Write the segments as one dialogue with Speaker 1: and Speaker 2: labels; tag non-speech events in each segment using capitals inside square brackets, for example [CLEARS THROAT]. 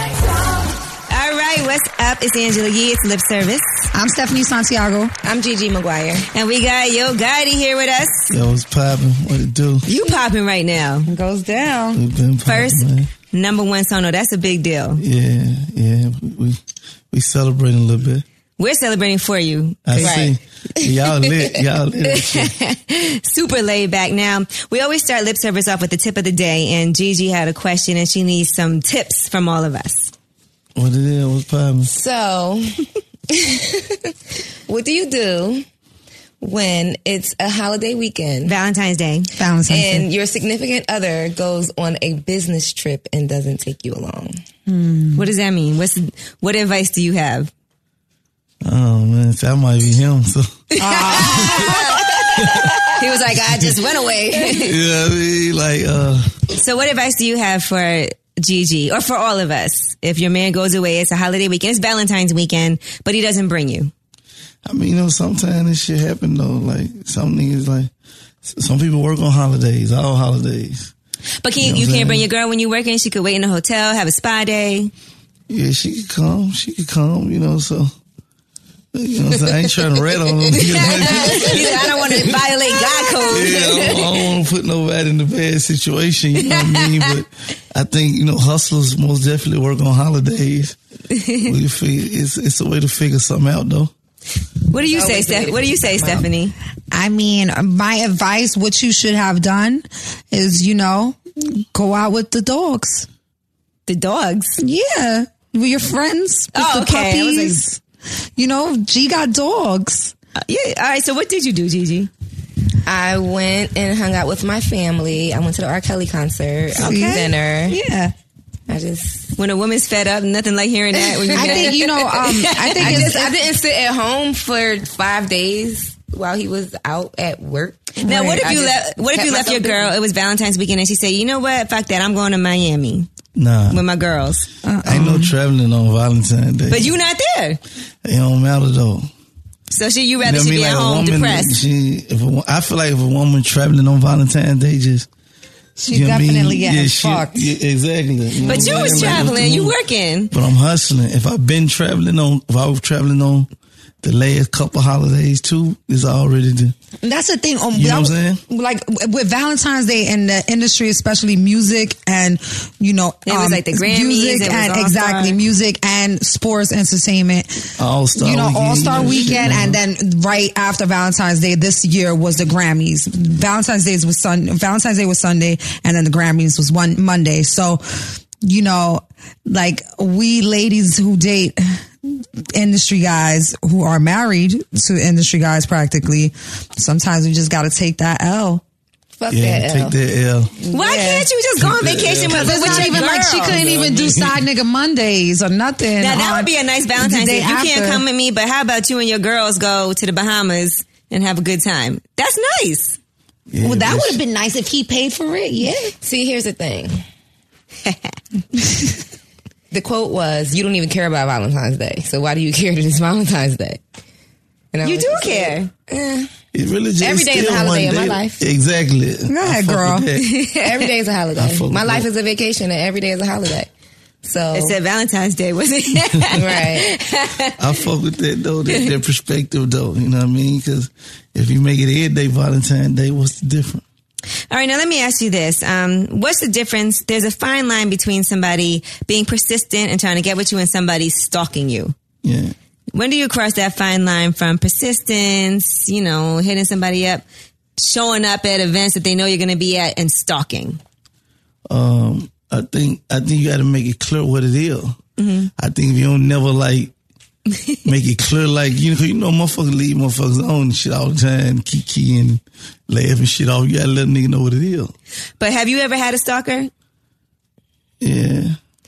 Speaker 1: All right, what's up? It's Angela Yee. It's Lip Service.
Speaker 2: I'm Stephanie Santiago.
Speaker 3: I'm Gigi McGuire.
Speaker 1: And we got Yo Gotti here with us.
Speaker 4: Yo, what's poppin'? What it do?
Speaker 1: You popping right now.
Speaker 2: It goes down.
Speaker 4: We been poppin',
Speaker 1: First,
Speaker 4: man.
Speaker 1: number one song. No, that's a big deal.
Speaker 4: Yeah, yeah. We, we we celebrating a little bit.
Speaker 1: We're celebrating for you.
Speaker 4: I
Speaker 3: Right.
Speaker 4: see. Y'all lit. Y'all lit.
Speaker 1: Super laid back. Now, we always start Lip Service off with the tip of the day, and Gigi had a question, and she needs some tips from all of us.
Speaker 4: What it is? What's poppin'?
Speaker 3: So, [LAUGHS] what do you do when it's a holiday weekend
Speaker 1: Valentine's Day.
Speaker 2: Balance and
Speaker 3: and your significant other goes on a business trip and doesn't take you along?
Speaker 1: Hmm. What does that mean? What's What advice do you have?
Speaker 4: Oh man, see, I might be him. So [LAUGHS]
Speaker 3: Ah.
Speaker 1: [LAUGHS] He was like, I just went away.
Speaker 4: yeah, I mean, like uh,
Speaker 1: [LAUGHS] So, what advice do you have for Gigi or for all of us? If your man goes away, it's a holiday weekend, it's Valentine's weekend, but he doesn't bring you.
Speaker 4: I mean, you know, sometimes this shit happen though. Like some niggas, like s- some people work on holidays, all holidays.
Speaker 1: But can, you,
Speaker 4: know what I'm
Speaker 1: can't bring your
Speaker 4: saying?
Speaker 1: girl when you're working. She could wait in a hotel, have a spa day. [LAUGHS]
Speaker 4: Yeah, she could come. She could come. You know, so. You know, what I'm saying? I ain't trying to rat on them. You know?
Speaker 1: He said, I don't want to violate God code.
Speaker 4: [LAUGHS] Yeah, I don't, I don't want to put nobody in a bad situation. You know what I mean? But I think you know hustlers most definitely work on holidays. We feel it's it's a way to figure something out though.
Speaker 1: What do you say,
Speaker 3: always the way
Speaker 1: Steph?
Speaker 3: to
Speaker 1: What do you say, Stephanie?
Speaker 2: I mean, my advice, what you should have done is, you know, go out with the dogs.
Speaker 1: The dogs.
Speaker 2: Yeah. With your friends. With
Speaker 1: Oh,
Speaker 2: the
Speaker 1: okay. I was like-
Speaker 2: puppies. you know, G got dogs.
Speaker 1: Uh, Yeah. All right. So, what did you do, Gigi?
Speaker 3: I went and hung out with my family. I went to the R. Kelly concert, out
Speaker 2: See?
Speaker 3: to dinner.
Speaker 2: Yeah.
Speaker 3: I just,
Speaker 1: When a woman's fed up, nothing like hearing that.
Speaker 3: [LAUGHS]
Speaker 1: When you
Speaker 2: I think, you
Speaker 1: [LAUGHS]
Speaker 2: know, um, I think
Speaker 3: I
Speaker 2: it's,
Speaker 3: just, I didn't sit at home for five days while he was out at work.
Speaker 1: now, what if
Speaker 3: I
Speaker 1: you
Speaker 3: just
Speaker 1: left? What if
Speaker 3: kept
Speaker 1: you left your
Speaker 3: myself
Speaker 1: girl? It was Valentine's weekend, and she said, "You know what? Fuck that. I'm going to Miami
Speaker 4: Nah,
Speaker 1: with my girls."
Speaker 4: ain't no traveling on Valentine's Day.
Speaker 1: Uh-uh. But you not there,
Speaker 4: it don't matter though.
Speaker 1: so she you
Speaker 4: You
Speaker 1: rather
Speaker 4: know what I
Speaker 1: she be
Speaker 4: mean?
Speaker 1: at
Speaker 4: Like a
Speaker 1: home
Speaker 4: woman,
Speaker 1: depressed.
Speaker 4: She, if a wo- I feel like if a woman traveling on Valentine's Day, just
Speaker 2: she
Speaker 4: you know what I mean?
Speaker 2: definitely getting
Speaker 4: Yeah, she-
Speaker 2: fucked.
Speaker 4: yeah, exactly. know
Speaker 1: But
Speaker 4: what
Speaker 1: you
Speaker 4: I'm
Speaker 1: was
Speaker 4: saying? Like, what's the
Speaker 1: traveling. You
Speaker 4: woman-
Speaker 1: working.
Speaker 4: But I'm hustling. If I've been traveling on, if I was traveling on the last couple holidays too, it's already the
Speaker 2: That's the thing. Um,
Speaker 4: You know what I'm
Speaker 2: saying? Like with Valentine's Day in the industry, especially music and you know, um,
Speaker 1: It was like the Grammys, it
Speaker 2: music
Speaker 1: was
Speaker 2: and
Speaker 1: All-Star.
Speaker 2: exactly music and sports entertainment.
Speaker 4: All Star.
Speaker 2: you know, All Star Weekend, and then right after Valentine's Day this year was the Grammys. Valentine's Day was Sun. Valentine's Day was Sunday, and then the Grammys was one Monday. So, you know, like we ladies who date industry guys who are married to industry guys practically sometimes we just got to take that L
Speaker 5: Fuck
Speaker 4: Yeah,
Speaker 5: that. uh,
Speaker 4: take
Speaker 5: L.
Speaker 4: that L.
Speaker 1: Why
Speaker 5: Yeah.
Speaker 1: can't you just go on vacation with
Speaker 2: But
Speaker 1: us?
Speaker 2: which
Speaker 1: Like,
Speaker 2: even like she
Speaker 1: girl.
Speaker 2: couldn't even do side nigga Mondays or nothing.
Speaker 1: Now that
Speaker 2: on
Speaker 1: would be a nice Valentine's
Speaker 2: the
Speaker 1: Day.
Speaker 2: day
Speaker 1: You can't
Speaker 2: after.
Speaker 1: come with me, but how about you and your girls go to the Bahamas and have a good time? That's nice.
Speaker 4: Yeah,
Speaker 2: Well, that
Speaker 4: bitch.
Speaker 2: would have been nice if he paid for it. Yeah.
Speaker 5: See, here's the thing. [LAUGHS] the quote was, "You don't even care about Valentine's Day, so why do you care that it's Valentine's Day?" And I
Speaker 1: You
Speaker 5: was
Speaker 1: do
Speaker 5: just like,
Speaker 1: care.
Speaker 4: It really just
Speaker 5: Every day is a
Speaker 4: still
Speaker 5: holiday
Speaker 4: one
Speaker 5: in my
Speaker 4: day.
Speaker 5: life.
Speaker 4: Exactly.
Speaker 2: Go
Speaker 4: I
Speaker 2: ahead,
Speaker 4: fuck
Speaker 2: girl.
Speaker 4: with that.
Speaker 5: [LAUGHS] Every day is a holiday.
Speaker 4: fuck
Speaker 5: My
Speaker 4: with
Speaker 5: life
Speaker 4: that.
Speaker 5: is a vacation, and every day is a holiday. So
Speaker 1: It said Valentine's Day, wasn't it? [LAUGHS]
Speaker 5: right,
Speaker 4: I fuck with that though. That, that perspective though. You know what I mean? Because if you make it every day Valentine's Day, what's the difference?
Speaker 1: All right, now let me ask you this. Um, what's the difference? There's a fine line between somebody being persistent and trying to get with you and somebody stalking you.
Speaker 4: Yeah.
Speaker 1: When do you cross that fine line from persistence, you know, hitting somebody up, showing up at events that they know you're going to be at, and stalking?
Speaker 4: um, I think I think you got to make it clear what it is. I think if you don't never like make it clear, like you know, 'cause you know, motherfuckers leave motherfuckers on and shit all the time, kiki and laugh and shit off. You gotta let a nigga know what it is.
Speaker 1: But have you ever had a stalker?
Speaker 4: Yeah,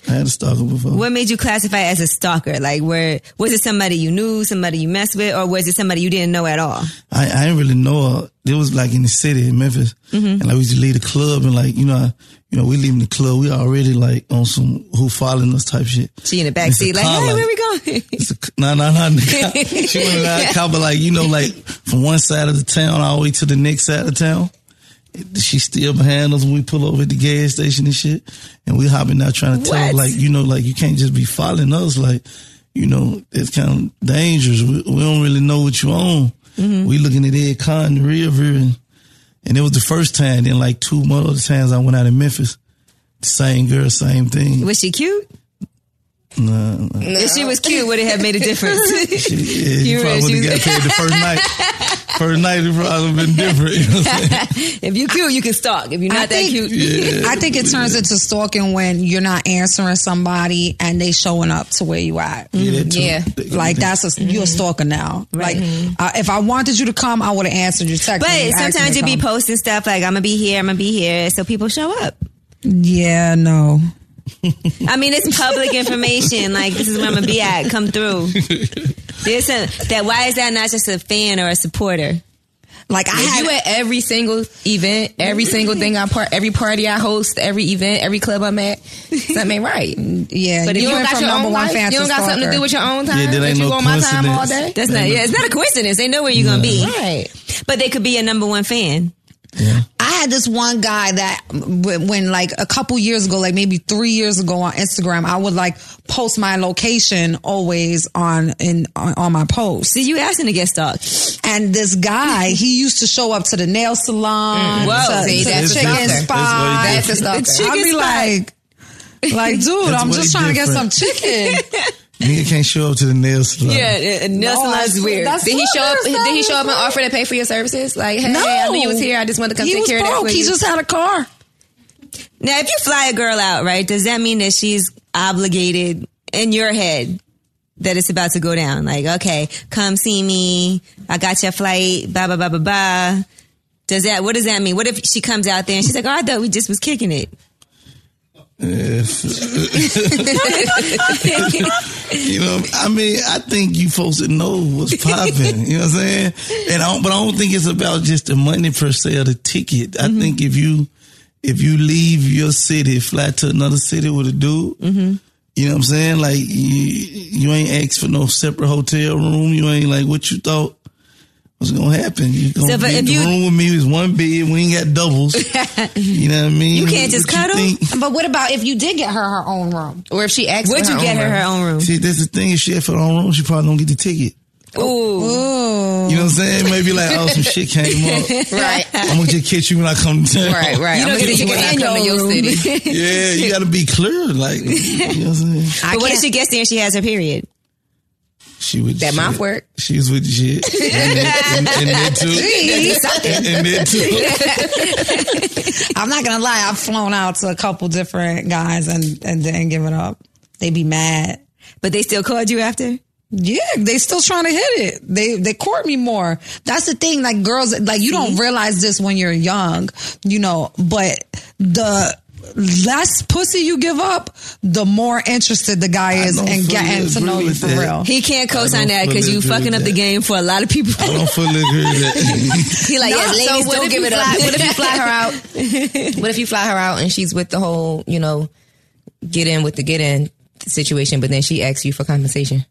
Speaker 4: I had a stalker before.
Speaker 1: What made you classify as a stalker? Like, where was it somebody you knew, somebody you messed with, or was it somebody you didn't know at all?
Speaker 4: I, I didn't really know her. It was like in the city in Memphis, and like we used to leave the club and like you know, I, you know, we leaving the club, we already like on some who following us type shit.
Speaker 1: She in the
Speaker 4: And it's a
Speaker 1: backseat, like,
Speaker 4: car,
Speaker 1: hey, where we going? [LAUGHS]
Speaker 4: It's a, no, no, no. nigga. she went around the car, but like you know, like from one side of the town all the way to the next side of town. She still behind us when we pull over at the gas station and shit, and we hopping out trying to tell her,
Speaker 1: What?
Speaker 4: like you know, like you can't just be following us, like you know, it's kind of dangerous. We, we don't really know what you on. We looking at Ed Con in the rear view, and, and it was the first time. Then like two more other times I went out in Memphis, same girl, same thing.
Speaker 1: was she cute?
Speaker 4: Nah, nah.
Speaker 1: If she was cute, would it have made a difference? [LAUGHS]
Speaker 4: She, yeah,
Speaker 1: You
Speaker 4: you probably
Speaker 1: raised-
Speaker 4: wouldn't have got paid the first [LAUGHS] night. First night, it probably would have been different. You know what I'm saying?
Speaker 1: if you cute, you can stalk. If you're not
Speaker 2: I think,
Speaker 1: that cute,
Speaker 2: I think it turns into stalking when you're not answering somebody and they showing up to where you at. Mm-hmm.
Speaker 4: that too.
Speaker 5: Yeah.
Speaker 2: Like that's a
Speaker 5: Mm-hmm.
Speaker 2: you're a stalker now. Like uh, if I wanted you to come, I would have answered your text. when
Speaker 1: But
Speaker 2: you asked me
Speaker 1: sometimes
Speaker 2: to
Speaker 1: you be
Speaker 2: come.
Speaker 1: posting stuff like, I'm going to be here, I'm going to be here. So people show up.
Speaker 2: yeah, no.
Speaker 1: I mean, it's
Speaker 2: [LAUGHS]
Speaker 1: public information. Like, this is where I'm going to be at. Come through. There's some, that why is that not just a fan or a supporter?
Speaker 2: Like I
Speaker 5: If
Speaker 2: had
Speaker 5: you at every single event, every single thing I part, every party I host, every event, every club I'm at, something ain't right.
Speaker 2: yeah.
Speaker 5: But if
Speaker 2: you
Speaker 5: you don't
Speaker 2: went
Speaker 5: got
Speaker 2: from
Speaker 5: your
Speaker 2: number
Speaker 5: own
Speaker 2: one
Speaker 5: life,
Speaker 2: fan
Speaker 5: you
Speaker 2: to
Speaker 5: don't got something to
Speaker 2: stalker.
Speaker 5: do with your own time.
Speaker 4: Yeah, that
Speaker 5: but
Speaker 4: ain't
Speaker 5: you
Speaker 4: no
Speaker 5: on my time all
Speaker 4: coincidence.
Speaker 5: day.
Speaker 1: That's not, yeah, it's not a coincidence. They know where you're going to be.
Speaker 5: Right.
Speaker 1: But they could be a number one fan.
Speaker 2: I had this one guy that when, when like a couple years ago, like maybe three years ago on Instagram, I would like post my location always on in on, on my post.
Speaker 1: Did you ask them to get stalked?
Speaker 2: And this guy, he used to show up to the nail salon,
Speaker 1: Whoa.
Speaker 2: to,
Speaker 5: See,
Speaker 2: to
Speaker 5: that's
Speaker 2: the chicken
Speaker 5: different. That's
Speaker 2: spot.
Speaker 4: way
Speaker 5: That's a stalker.
Speaker 1: Chicken
Speaker 2: I'd be
Speaker 1: spot.
Speaker 2: like. Like, dude,
Speaker 4: That's
Speaker 2: I'm
Speaker 4: way
Speaker 2: just trying
Speaker 4: different.
Speaker 2: to get some chicken.
Speaker 4: Nigga can't show up to the nail salon.
Speaker 1: Yeah, Nelson
Speaker 2: No, I-
Speaker 1: loves weird.
Speaker 2: that's-
Speaker 5: Did he show up?
Speaker 2: Stalkers,
Speaker 5: Did he show up and
Speaker 2: stalkers.
Speaker 5: offer to pay for your services? Like, hey,
Speaker 2: No.
Speaker 5: I knew you was here. I just wanted to come
Speaker 2: He
Speaker 5: take
Speaker 2: was
Speaker 5: care of that
Speaker 2: broke.
Speaker 5: for
Speaker 2: He
Speaker 5: you.
Speaker 2: just had a car.
Speaker 1: Now, if you fly a girl out, right, does that mean that she's obligated in your head that it's about to go down? Like, okay, come see me. I got your flight. Blah blah blah blah blah. Does that? What does that mean? What if she comes out there and she's like, "Oh, I thought we just was kicking it."
Speaker 4: Eh, [LAUGHS] You know, I mean, I think you folks that know what's popping. you know what I'm saying? And I don't, but I don't think it's about just the money per se or the ticket.
Speaker 1: Mm-hmm.
Speaker 4: I think if you if you leave your city, fly to another city with a dude,
Speaker 1: Mm-hmm.
Speaker 4: you know what I'm saying? Like you, you ain't asked for no separate hotel room. You ain't like what you thought. was gonna happen? You gonna
Speaker 1: So, but
Speaker 4: be in
Speaker 1: if
Speaker 4: the
Speaker 1: you-
Speaker 4: room with me is one bed. We ain't got
Speaker 1: [LAUGHS]
Speaker 4: doubles. you know what I mean?
Speaker 1: You can't just
Speaker 4: What you
Speaker 1: cuddle?
Speaker 4: think?
Speaker 2: But what about if you did get her her own room?
Speaker 5: or if she asked,
Speaker 1: Would
Speaker 5: for
Speaker 1: you get
Speaker 5: own
Speaker 1: her
Speaker 5: room.
Speaker 1: her own room?
Speaker 4: See, that's the thing. If she had for her own room, she probably don't get the ticket.
Speaker 1: Ooh,
Speaker 4: You know what I'm saying? Maybe like, oh, some shit came up.
Speaker 5: [LAUGHS] Right.
Speaker 4: I'm gonna just catch you when I come to town.
Speaker 5: Right, right.
Speaker 1: You
Speaker 5: I'm
Speaker 1: don't
Speaker 5: gonna
Speaker 1: get
Speaker 5: see
Speaker 1: to
Speaker 5: when
Speaker 1: get
Speaker 5: I
Speaker 1: in
Speaker 5: come to
Speaker 1: your
Speaker 5: your
Speaker 1: room.
Speaker 5: city.
Speaker 4: [LAUGHS] Yeah, you gotta be clear. Like, you know what I'm saying?
Speaker 1: but what if she gets there and she has her period?
Speaker 4: She was
Speaker 5: That
Speaker 4: shit.
Speaker 5: mouth work.
Speaker 4: She was with the
Speaker 5: [LAUGHS]
Speaker 4: shit. And that, and, and that [LAUGHS] too. And, and that too.
Speaker 2: I'm not gonna lie. I've flown out to a couple different guys and and didn't give it up. They be mad.
Speaker 1: But they still called you after.
Speaker 2: Yeah, they still trying to hit it. They they court me more. That's the thing. Like girls, like you don't realize this when you're young, you know. But the less pussy you give up, the more interested the guy is
Speaker 4: don't
Speaker 2: in
Speaker 4: fully
Speaker 2: getting to know
Speaker 4: agree
Speaker 2: you
Speaker 4: with
Speaker 2: for
Speaker 4: that.
Speaker 2: real.
Speaker 1: He can't co-sign that
Speaker 4: I don't
Speaker 1: because
Speaker 4: fully
Speaker 1: you
Speaker 4: agree
Speaker 1: fucking
Speaker 4: with
Speaker 1: up the
Speaker 4: that.
Speaker 1: game for a lot of people.
Speaker 4: I don't fully agree with that. [LAUGHS]
Speaker 1: He like, yeah,
Speaker 5: so
Speaker 1: ladies,
Speaker 5: what
Speaker 1: don't
Speaker 5: if
Speaker 1: give
Speaker 5: you
Speaker 1: it up.
Speaker 5: fly- what if you fly her out?
Speaker 1: [LAUGHS]
Speaker 5: what if you fly her out and she's with the whole, you know, get in with the get in situation, but then she asks you for compensation?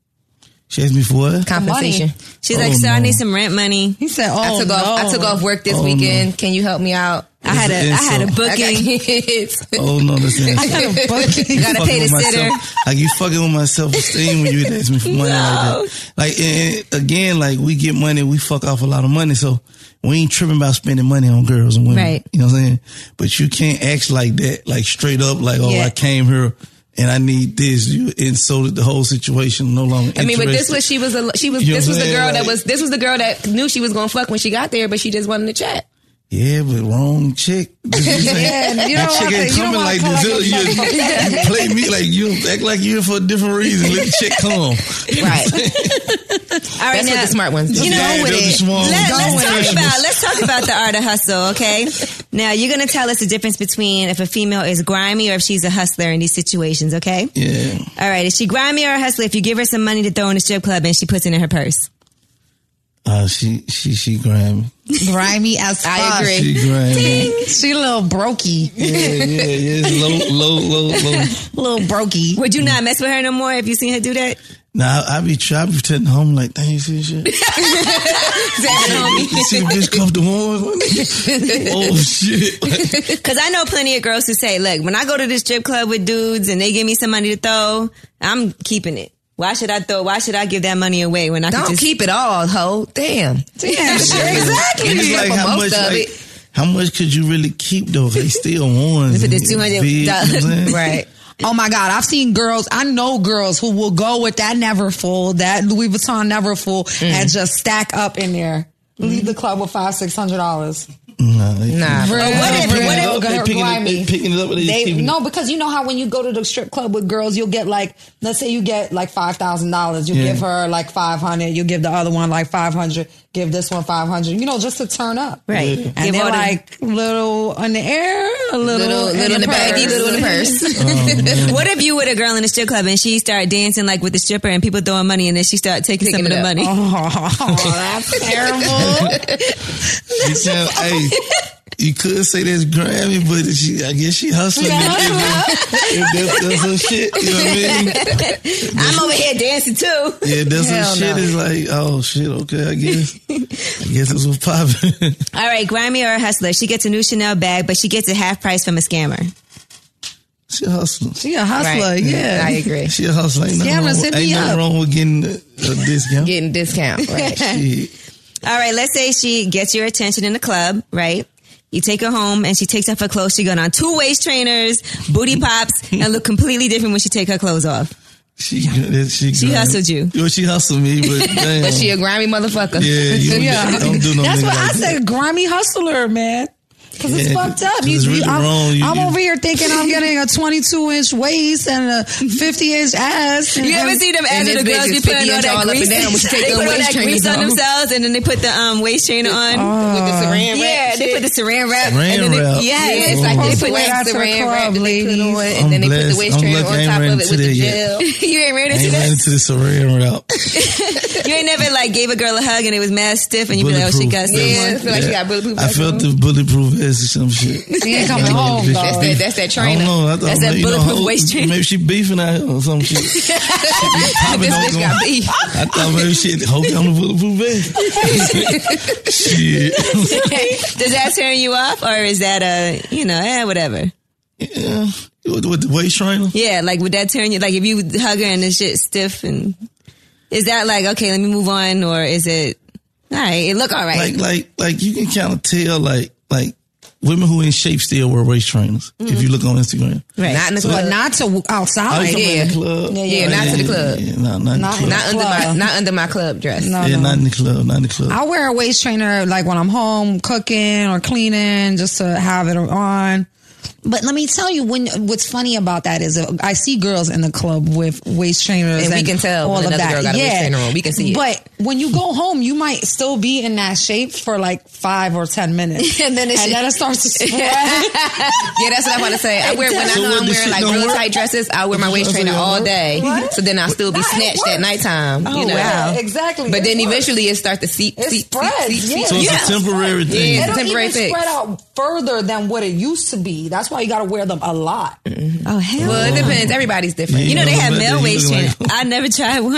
Speaker 4: she asked me for what?
Speaker 5: Compensation.
Speaker 2: Money.
Speaker 1: She's like,
Speaker 4: Oh,
Speaker 1: sir, I
Speaker 4: no.
Speaker 1: need some rent money.
Speaker 2: He said, "Oh,
Speaker 5: I took off. I
Speaker 2: no.
Speaker 5: took off work this
Speaker 4: Oh,
Speaker 5: weekend. Can you help me out?
Speaker 1: I had a,
Speaker 4: It's an
Speaker 1: I had a
Speaker 4: insult.
Speaker 5: I got
Speaker 1: booking. [LAUGHS]
Speaker 5: kids.
Speaker 4: Oh no, that's an insult.
Speaker 5: [LAUGHS]
Speaker 2: Fucking-
Speaker 5: gotta
Speaker 4: fucking
Speaker 5: pay the
Speaker 4: with
Speaker 5: sitter.
Speaker 4: myself- Like you fucking with my self esteem when you ask me for money like that. Like and, and again, like we get money, we fuck off a lot of money, so we ain't tripping about spending money on girls and women.
Speaker 1: Right.
Speaker 4: You know what I'm saying? But you can't act like that, like straight up, like oh
Speaker 1: Yeah.
Speaker 4: I came here and I need this. You insulted the whole situation. No longer.
Speaker 5: I mean, but this
Speaker 4: interested.
Speaker 5: was she was a, she was
Speaker 4: You know
Speaker 5: this was the
Speaker 4: what I'm
Speaker 5: girl
Speaker 4: saying?
Speaker 5: that
Speaker 4: Like-
Speaker 5: was this was the girl that knew she was gonna fuck when she got there, but she just wanted to chat.
Speaker 4: Yeah, but wrong chick.
Speaker 2: Yeah, you don't
Speaker 4: That
Speaker 2: want
Speaker 4: chick
Speaker 2: to-
Speaker 4: ain't
Speaker 2: you don't
Speaker 4: coming
Speaker 2: want
Speaker 4: [LAUGHS] like
Speaker 2: to
Speaker 4: this.
Speaker 2: call
Speaker 4: You,
Speaker 2: [LAUGHS]
Speaker 4: you play me like you act like you're for a different reason. Let the chick come.
Speaker 5: Right.
Speaker 1: All right,
Speaker 5: That's
Speaker 1: now,
Speaker 5: what the smart ones do.
Speaker 1: You know
Speaker 4: Yeah,
Speaker 1: with
Speaker 4: those
Speaker 1: it.
Speaker 4: are small
Speaker 1: Let, us talk
Speaker 4: professionals.
Speaker 1: about let's talk about the art of hustle, okay? Now you're gonna tell us the difference between if a female is grimy or if she's a hustler in these situations, okay?
Speaker 4: Yeah.
Speaker 1: All right, is she grimy or a hustler if you give her some money to throw in the strip club and she puts it in her purse?
Speaker 4: Uh, she she she grimy.
Speaker 2: grimy as fuck.
Speaker 5: I agree.
Speaker 4: She grimy.
Speaker 2: She a little brokey,
Speaker 4: Yeah, yeah, yeah. It's low, low, low, low.
Speaker 5: [LAUGHS]
Speaker 2: little brokey.
Speaker 1: Would you not mess with her no more if you seen her do
Speaker 5: [LAUGHS]
Speaker 1: that?
Speaker 4: Nah, I, I be try I be pretending home like, dang, you see shit. you see the bitch come up the morning.
Speaker 5: [LAUGHS]
Speaker 4: oh shit.
Speaker 1: Because I know plenty of girls who say, look, when I go to the strip club with dudes and they give me some money to throw, I'm keeping it. Why should I throw? Why should I give that money away when I can
Speaker 5: Don't
Speaker 1: just
Speaker 5: keep it all, ho. Damn.
Speaker 2: Yeah, sure, [LAUGHS] exactly.
Speaker 4: It's
Speaker 5: Yeah,
Speaker 4: like
Speaker 5: but
Speaker 4: how
Speaker 5: most
Speaker 4: much
Speaker 5: of
Speaker 4: like,
Speaker 5: it-
Speaker 4: how much could you really keep though? They
Speaker 5: [LAUGHS]
Speaker 4: still ones.
Speaker 1: put this
Speaker 4: and
Speaker 1: two hundred
Speaker 4: big, you know what I'm saying?
Speaker 1: right?
Speaker 2: [LAUGHS] Oh my God, I've seen girls, I know girls who will go with that Neverfull, that Louis Vuitton Neverfull, and just stack up in there. Leave the club with five, six hundred dollars.
Speaker 4: Nah, they
Speaker 5: Nah,
Speaker 4: keep-
Speaker 5: bro.
Speaker 1: what if-
Speaker 4: they
Speaker 1: what
Speaker 4: picking it up,
Speaker 2: grimy.
Speaker 4: they picking it up, they picking it up, and they, just
Speaker 2: They,
Speaker 4: keeping it.
Speaker 2: no, because you know how when you go to the strip club with girls, you'll get like, let's say you get like five thousand dollars. You
Speaker 4: Yeah.
Speaker 2: give her like five hundred. You give the other one like five hundred. Give this one five hundred. You know, just to turn up.
Speaker 1: Right.
Speaker 2: And
Speaker 1: Give
Speaker 2: they're
Speaker 1: all the-
Speaker 2: like little in the air, a little,
Speaker 5: little little in the baggy,
Speaker 2: purse.
Speaker 5: little in the
Speaker 1: [LAUGHS]
Speaker 5: purse. [LAUGHS]
Speaker 1: What if you with a girl in a strip club and she start dancing like with the stripper and people throwing money and then she start taking,
Speaker 5: Picking
Speaker 1: some of
Speaker 5: it
Speaker 1: the
Speaker 2: [LAUGHS]
Speaker 5: up. Oh,
Speaker 1: money?
Speaker 2: Oh, that's terrible.
Speaker 4: You sound-
Speaker 5: [LAUGHS]
Speaker 4: hey, you could say that's Grammy, but she, I guess she hustling. [LAUGHS] if that's, that's her shit, you know what I mean?
Speaker 1: I'm over here dancing too.
Speaker 5: [LAUGHS]
Speaker 4: Yeah, that's her shit. Is like, oh shit, okay, I guess, I guess that's what's popping.
Speaker 1: All right, grimy or a hustler. She gets a new Chanel bag, but she gets it half price from a scammer.
Speaker 4: [LAUGHS] she hustling.
Speaker 2: she a hustler.
Speaker 5: Right.
Speaker 2: Yeah,
Speaker 5: I agree.
Speaker 4: She a hustler. Ain't nothing,
Speaker 2: Scammers,
Speaker 4: wrong,
Speaker 2: hit
Speaker 4: with-
Speaker 2: me
Speaker 4: ain't nothing
Speaker 2: up.
Speaker 4: wrong with getting a, a discount. [LAUGHS]
Speaker 5: Getting discount. Right.
Speaker 4: Shit.
Speaker 1: All right, let's say she gets your attention in the club, right? You take her home and she takes off her clothes. She got on two waist trainers, booty pops, and look completely different when she take her clothes off.
Speaker 4: She, that- she,
Speaker 1: She
Speaker 4: Grammy.
Speaker 1: hustled you.
Speaker 4: Well, she hustled me,
Speaker 5: [LAUGHS]
Speaker 4: but damn.
Speaker 5: She a grimy motherfucker. [LAUGHS]
Speaker 4: yeah, you
Speaker 2: Yeah.
Speaker 4: don't do no
Speaker 2: That's
Speaker 4: nigga
Speaker 2: what I
Speaker 4: like that.
Speaker 2: said, grimy hustler, man. Cause it's
Speaker 4: Yeah,
Speaker 2: fucked up.
Speaker 4: 'cause it's really
Speaker 2: I'm,
Speaker 4: wrong. You-
Speaker 2: I'm
Speaker 4: you-
Speaker 2: over here thinking I'm getting a 22 inch waist and a 50 inch ass.
Speaker 1: You ever see them ads of
Speaker 5: And
Speaker 1: the
Speaker 5: this
Speaker 1: girls
Speaker 5: bitch
Speaker 1: be
Speaker 5: is
Speaker 1: putting all
Speaker 5: 50 inch all
Speaker 1: that
Speaker 5: up and
Speaker 1: grease, [LAUGHS]
Speaker 5: down when she take
Speaker 1: they
Speaker 5: them
Speaker 1: put all
Speaker 5: waist
Speaker 1: that grease
Speaker 5: trainers
Speaker 1: on
Speaker 5: off.
Speaker 1: themselves, and then they put the um, waist trainer on.
Speaker 5: With the saran wrap.
Speaker 1: yeah, they
Speaker 5: shit.
Speaker 1: put the saran wrap.
Speaker 4: Saran
Speaker 1: and then
Speaker 4: wrap.
Speaker 1: They, yeah,
Speaker 5: Yeah,
Speaker 1: it's
Speaker 5: it's
Speaker 1: like
Speaker 2: Oh.
Speaker 5: like
Speaker 2: Supposed
Speaker 5: they
Speaker 2: to
Speaker 5: put
Speaker 2: wear that
Speaker 5: that
Speaker 2: to the
Speaker 5: saran
Speaker 2: club,
Speaker 5: wrap that they put
Speaker 2: ladies.
Speaker 5: on,
Speaker 4: I'm
Speaker 5: and then they put the
Speaker 4: blessed.
Speaker 5: waist
Speaker 4: I'm lucky
Speaker 5: trainer
Speaker 4: I
Speaker 5: on
Speaker 4: ain't
Speaker 5: top
Speaker 4: ran
Speaker 5: of it
Speaker 4: into
Speaker 5: with the
Speaker 4: that yet.
Speaker 5: gel.
Speaker 1: [LAUGHS] you ain't ready
Speaker 4: I
Speaker 1: to see
Speaker 4: ain't
Speaker 1: that.
Speaker 4: ran into the saran
Speaker 5: [LAUGHS]
Speaker 4: route.
Speaker 1: You ain't never like gave a girl a hug and it was mad stiff and you be like, oh, she got
Speaker 4: Bulletproof.
Speaker 1: someone.
Speaker 5: Yeah, I feel like she got bulletproof
Speaker 4: I
Speaker 5: vest
Speaker 4: felt
Speaker 5: on.
Speaker 4: the bulletproof vest or some shit.
Speaker 5: [LAUGHS]
Speaker 2: She ain't coming
Speaker 4: I don't know,
Speaker 2: home,
Speaker 4: bitch.
Speaker 2: dog.
Speaker 5: That's that- that's that
Speaker 4: I
Speaker 5: trainer.
Speaker 4: don't know. I thought,
Speaker 1: That's that
Speaker 4: you know,
Speaker 1: bulletproof
Speaker 4: hoe-
Speaker 1: waist trainer.
Speaker 4: Maybe she beefing out or some shit. She be popping
Speaker 5: This
Speaker 4: on
Speaker 5: bitch
Speaker 4: going-
Speaker 5: got beef.
Speaker 4: I thought maybe shit. Hope I'm the bulletproof vest. shit.
Speaker 1: [LAUGHS] Does that turn you off or is that a, you know, eh, whatever?
Speaker 4: yeah. With, with the waist trainer.
Speaker 1: Yeah, like would that turn you, like if you hug her and the shit stiff and is that like, okay, let me move on or is it, all right, it look all right.
Speaker 4: like like like you can kind of tell like like women who in shape still wear waist trainers if you look on Instagram.
Speaker 1: right.
Speaker 5: Not in the
Speaker 2: But
Speaker 5: club.
Speaker 2: not to
Speaker 4: I
Speaker 2: outside.
Speaker 4: come in the club.
Speaker 5: yeah, not to the club.
Speaker 4: Yeah, not, not,
Speaker 2: Not-
Speaker 4: in the club.
Speaker 5: Not under my not under my club dress.
Speaker 2: No,
Speaker 4: yeah,
Speaker 2: no.
Speaker 4: not in the club. Not in the club.
Speaker 2: I wear a waist trainer like when I'm home cooking or cleaning just to have it on. But let me tell you, when what's funny about that is uh, I see girls in the club with waist trainers,
Speaker 5: And we can tell
Speaker 2: all
Speaker 5: when
Speaker 2: of
Speaker 5: another
Speaker 2: that.
Speaker 5: girl got a
Speaker 2: yeah,
Speaker 5: waist trainer on. We can see it.
Speaker 2: But when you go home, you might still be in that shape for like five or ten minutes,
Speaker 5: [LAUGHS] And then it should-
Speaker 2: then it
Speaker 5: [LAUGHS]
Speaker 2: starts to spread.
Speaker 5: Yeah, that's what I want to say. I wear when I
Speaker 4: So
Speaker 5: know
Speaker 4: what,
Speaker 5: I'm
Speaker 4: this
Speaker 5: wearing
Speaker 4: shit
Speaker 5: like
Speaker 4: don't
Speaker 5: really
Speaker 4: work?
Speaker 5: tight dresses. I wear my waist
Speaker 4: So
Speaker 5: trainer
Speaker 4: it don't
Speaker 5: all
Speaker 4: work? Oh,
Speaker 5: day, so then I still be
Speaker 2: Nah, it
Speaker 5: snatched at
Speaker 2: works.
Speaker 5: nighttime. you know?
Speaker 2: wow. Exactly.
Speaker 5: But
Speaker 2: It
Speaker 5: then
Speaker 2: works.
Speaker 5: eventually it start to seep,
Speaker 2: It
Speaker 5: seep, seep,
Speaker 2: spreads,
Speaker 5: seep, seep.
Speaker 2: yeah.
Speaker 4: So it's
Speaker 5: Yeah.
Speaker 4: a temporary thing.
Speaker 5: Yeah.
Speaker 2: It'll
Speaker 5: Temporary
Speaker 2: even
Speaker 5: fix.
Speaker 2: spread out further than what it used to be. That's why you got to wear them a lot.
Speaker 1: Oh hell.
Speaker 5: Well, it depends. Everybody's different.
Speaker 1: you know they have
Speaker 4: But
Speaker 1: male
Speaker 4: you
Speaker 1: waist
Speaker 4: look
Speaker 1: trainer.
Speaker 4: like-
Speaker 1: I never tried one.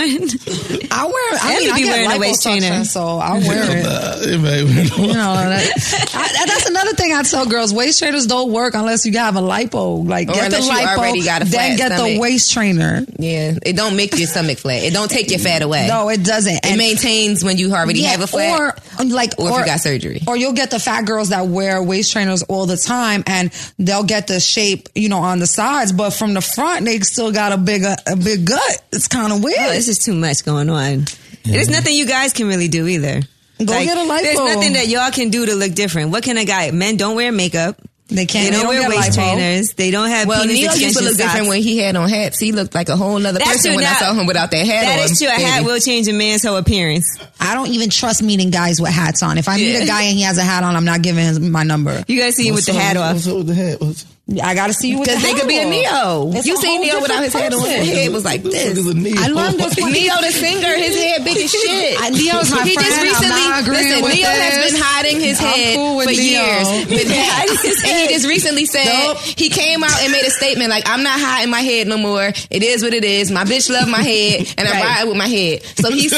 Speaker 2: I wear. I
Speaker 1: And
Speaker 2: mean,
Speaker 1: we
Speaker 2: I
Speaker 1: be
Speaker 2: get
Speaker 1: wearing a waist
Speaker 2: liposuction,
Speaker 1: trainer.
Speaker 2: so I
Speaker 4: [LAUGHS]
Speaker 2: wear it.
Speaker 4: Uh, it may-
Speaker 2: You [LAUGHS]
Speaker 4: [LAUGHS]
Speaker 2: know, that, I, that's another thing I tell girls: waist trainers don't work unless you have a lipo. Like,
Speaker 5: Or
Speaker 2: get the
Speaker 5: unless you
Speaker 2: lipo,
Speaker 5: already got a
Speaker 2: then
Speaker 5: flat
Speaker 2: get the
Speaker 5: stomach.
Speaker 2: waist trainer.
Speaker 5: [LAUGHS] Yeah, it don't make your stomach flat. It don't take your fat away.
Speaker 2: No, it doesn't.
Speaker 5: it maintains when you already
Speaker 2: yeah,
Speaker 5: have a flat.
Speaker 2: or um, like,
Speaker 5: or if you got surgery.
Speaker 2: or you'll get the fat girls that wear waist trainers all the time, and they'll get the shape, you know, on the sides, but from the front they still got a big a, a big gut. It's kind of weird.
Speaker 1: Oh, this is too much going on. There's nothing you guys can really do either.
Speaker 2: Go get a lipo.
Speaker 1: There's nothing that y'all can do to look different. What can a guy? Men don't wear makeup.
Speaker 2: They can't-
Speaker 1: They
Speaker 2: they
Speaker 1: don't,
Speaker 2: don't
Speaker 1: wear
Speaker 2: get
Speaker 1: waist
Speaker 2: lipo.
Speaker 1: trainers. They don't have.
Speaker 5: well,
Speaker 1: penis
Speaker 5: Neil used to
Speaker 1: extension
Speaker 5: look
Speaker 1: socks.
Speaker 5: different when he had on hats. He looked like a whole other
Speaker 1: That's
Speaker 5: person
Speaker 1: true.
Speaker 5: when I
Speaker 1: Now-
Speaker 5: saw him without that hat on.
Speaker 1: That is true. A hat
Speaker 5: Baby.
Speaker 1: will change a man's whole appearance.
Speaker 2: I don't even trust meeting guys with hats on. If I meet a guy and he has a hat on, I'm not giving him my number.
Speaker 1: You guys see him with the hat off.
Speaker 4: What's up with the hat? What's-
Speaker 2: I gotta see you with the
Speaker 5: Because they
Speaker 2: hat
Speaker 5: could be
Speaker 2: on.
Speaker 5: a Neo.
Speaker 2: It's a
Speaker 5: you seen
Speaker 2: whole
Speaker 5: Neo without his
Speaker 2: different
Speaker 5: head on. His
Speaker 2: person.
Speaker 5: head was like this.
Speaker 4: is a Neo.
Speaker 2: I love this one.
Speaker 5: Neo the singer,
Speaker 2: [LAUGHS]
Speaker 5: his head big as shit.
Speaker 2: I- Neo's my
Speaker 5: he just
Speaker 2: friend. I'm
Speaker 5: recently,
Speaker 2: not agreeing
Speaker 5: listen,
Speaker 2: with
Speaker 5: Neo has
Speaker 2: this.
Speaker 5: been hiding his
Speaker 2: I'm
Speaker 5: head
Speaker 2: cool with
Speaker 5: for
Speaker 2: Neo.
Speaker 5: years. [LAUGHS] With that. and he just recently said
Speaker 2: Nope.
Speaker 5: he came out and made a statement like, "I'm not hiding my head no more. It is what it is. My bitch love my head, and I ride with my head." So he sung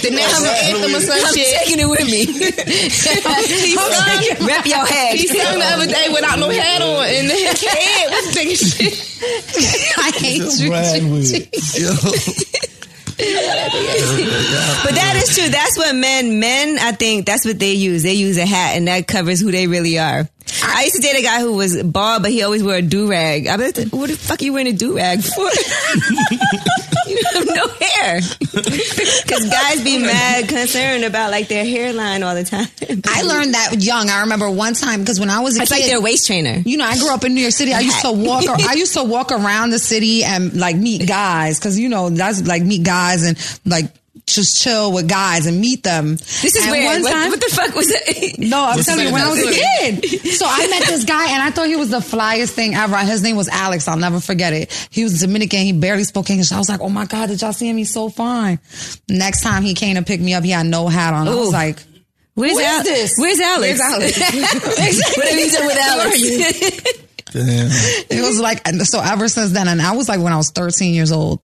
Speaker 5: the national anthem or some
Speaker 1: I'm
Speaker 5: shit.
Speaker 1: taking it with
Speaker 5: [LAUGHS]
Speaker 1: me.
Speaker 5: he sung.
Speaker 1: Rep your head.
Speaker 5: He sung the other day without no hat on, and [LAUGHS] his head was big as shit.
Speaker 2: I hate you.
Speaker 4: Brad Wood. Yo.
Speaker 1: But that is true. That's what men, men, I think that's what they use. They use a hat and that covers who they really are. I used to date a guy who was bald, but he always wore a do rag. I bet, what the fuck are you wearing a do rag for? [LAUGHS] you have no hair. [LAUGHS] Because guys be mad concerned about like their hairline all the time.
Speaker 2: I learned that young. I remember one time because when I was
Speaker 1: [LAUGHS]
Speaker 2: a
Speaker 1: It's
Speaker 2: kid,
Speaker 1: like their waist trainer.
Speaker 2: you know, I grew up in New York City. I used to walk. I used to walk around the city and like meet guys because you know that's like meet guys and like just chill with guys and meet them.
Speaker 1: This is
Speaker 2: and
Speaker 1: weird.
Speaker 2: One
Speaker 1: What,
Speaker 2: time,
Speaker 1: what the fuck was that?
Speaker 2: No, I'm telling you, when I was a
Speaker 5: Look.
Speaker 2: kid.
Speaker 1: [LAUGHS]
Speaker 2: So I met this guy and I thought he was the flyest thing ever. His name was Alex. I'll never forget it. He was Dominican. He barely spoke English. I was like, oh my God, did y'all see him? He's so fine. Next time he came to pick me up, he had no hat on. I was
Speaker 1: Ooh.
Speaker 2: like,
Speaker 1: Where's
Speaker 2: Who is
Speaker 1: Al-
Speaker 2: this?
Speaker 1: Where's Alex? [LAUGHS]
Speaker 2: Where's
Speaker 1: what have you done
Speaker 2: [LAUGHS]
Speaker 1: with [LAUGHS] Alex?
Speaker 4: Damn.
Speaker 2: it was like, and so ever since then, and I was like when I was 13 years old.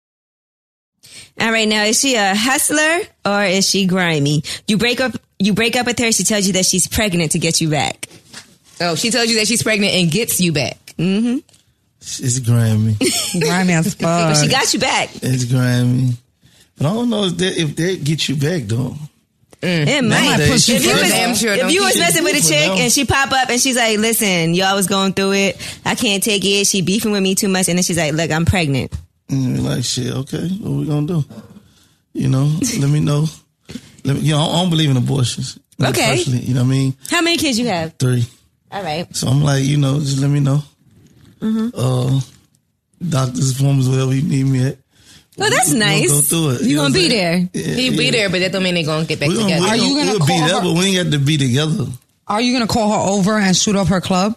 Speaker 1: All right, now is she a hustler or is she grimy? You break up, you break up with her. She tells you that she's pregnant to get you back.
Speaker 5: Oh, she tells you that she's pregnant and gets you back.
Speaker 4: It's grimy.
Speaker 2: Grimy as
Speaker 5: [LAUGHS]
Speaker 1: But
Speaker 2: fuck.
Speaker 1: she got you back.
Speaker 4: It's grimy. But I don't know if that, if that gets you back though.
Speaker 1: It might.
Speaker 4: Nowadays,
Speaker 1: If
Speaker 4: she
Speaker 1: you
Speaker 4: further.
Speaker 1: was,
Speaker 5: Damn sure
Speaker 1: if
Speaker 5: don't
Speaker 1: you was
Speaker 5: keep
Speaker 1: messing with a
Speaker 4: people
Speaker 1: chick
Speaker 4: now.
Speaker 1: and she pop up and she's like, "Listen, y'all was going through it. I can't take it. She beefing with me too much." And then she's like, "Look, I'm pregnant."
Speaker 4: And you're Mm, like, shit, okay, what we gonna do? You know, let me know. Let me, you know, I don't believe in abortions. Me
Speaker 1: Okay.
Speaker 4: personally, you know what I mean?
Speaker 1: How many kids you have?
Speaker 4: Three.
Speaker 1: All right.
Speaker 4: So I'm like, you know, just let me know. Uh, doctor's appointments, whatever you need me at.
Speaker 1: Well, that's
Speaker 4: We gonna
Speaker 1: nice.
Speaker 4: go through it.
Speaker 1: You
Speaker 4: You know
Speaker 1: gonna be
Speaker 4: what
Speaker 1: there?
Speaker 5: He be there, but that don't mean they gonna get back
Speaker 4: We gonna,
Speaker 5: together.
Speaker 4: we
Speaker 2: Are you
Speaker 4: gonna-
Speaker 2: gonna
Speaker 4: we'll be
Speaker 2: call
Speaker 4: there,
Speaker 2: her?
Speaker 4: but we ain't got to be together.
Speaker 2: Are you going to call her over and shoot up her club?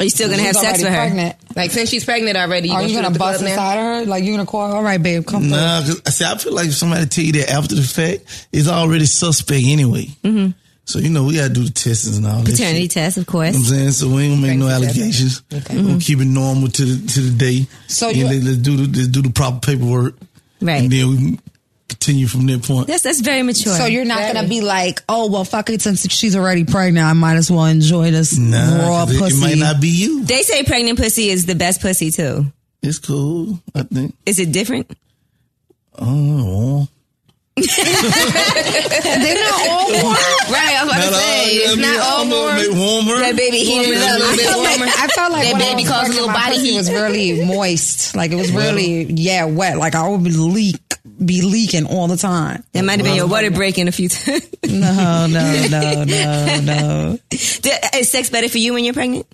Speaker 1: Are you still gonna have
Speaker 2: She's
Speaker 1: sex
Speaker 2: already
Speaker 1: with her?
Speaker 2: Pregnant.
Speaker 5: Like since she's pregnant already, you
Speaker 2: Are
Speaker 5: gonna
Speaker 2: you
Speaker 5: shoot
Speaker 2: going
Speaker 5: up
Speaker 2: to
Speaker 5: the
Speaker 2: bust
Speaker 5: club now?
Speaker 2: inside of her? Like, you're going to call her, all right, babe, come through."
Speaker 4: Nah, cause I see, I feel like if somebody tell you that after the fact, it's already suspect anyway. So you know we gotta do the testings and all that.
Speaker 1: Paternity
Speaker 4: shit.
Speaker 1: test, of
Speaker 4: You know what
Speaker 1: course.
Speaker 4: I'm saying so we ain't gonna make no allegations. We're gonna keep it normal to the to the day.
Speaker 2: So
Speaker 4: and
Speaker 2: you-
Speaker 4: let, let's do the let's do the proper paperwork,
Speaker 1: Right.
Speaker 4: and then we can continue from that point.
Speaker 1: That's that's very mature.
Speaker 2: So you're not gonna be like, oh well, fuck it. Since she's already pregnant, I might as well enjoy this
Speaker 4: nah,
Speaker 2: raw
Speaker 4: 'cause it,
Speaker 2: pussy.
Speaker 4: it might not be you.
Speaker 1: They say pregnant pussy is the best pussy too.
Speaker 4: It's cool. I think.
Speaker 1: Is it different?
Speaker 4: Oh.
Speaker 2: They're not [LAUGHS] all warm.
Speaker 5: Right, I was about to say it's not all warm.
Speaker 4: Make warmer.
Speaker 5: That baby heated it up a little
Speaker 2: I
Speaker 5: bit
Speaker 2: felt like,
Speaker 5: warmer.
Speaker 2: I felt like
Speaker 5: that
Speaker 2: when I
Speaker 5: baby
Speaker 2: was
Speaker 5: caused a
Speaker 2: pregnant,
Speaker 5: little
Speaker 2: my
Speaker 5: body
Speaker 2: pussy
Speaker 5: heat.
Speaker 2: was
Speaker 5: [LAUGHS]
Speaker 2: really moist. Like it was really yeah wet. Like I would be leak be leaking all the time.
Speaker 1: That might have been your water break in a few [LAUGHS] times.
Speaker 2: [LAUGHS] No, no, no, no, no.
Speaker 1: Is sex better for you when you're pregnant?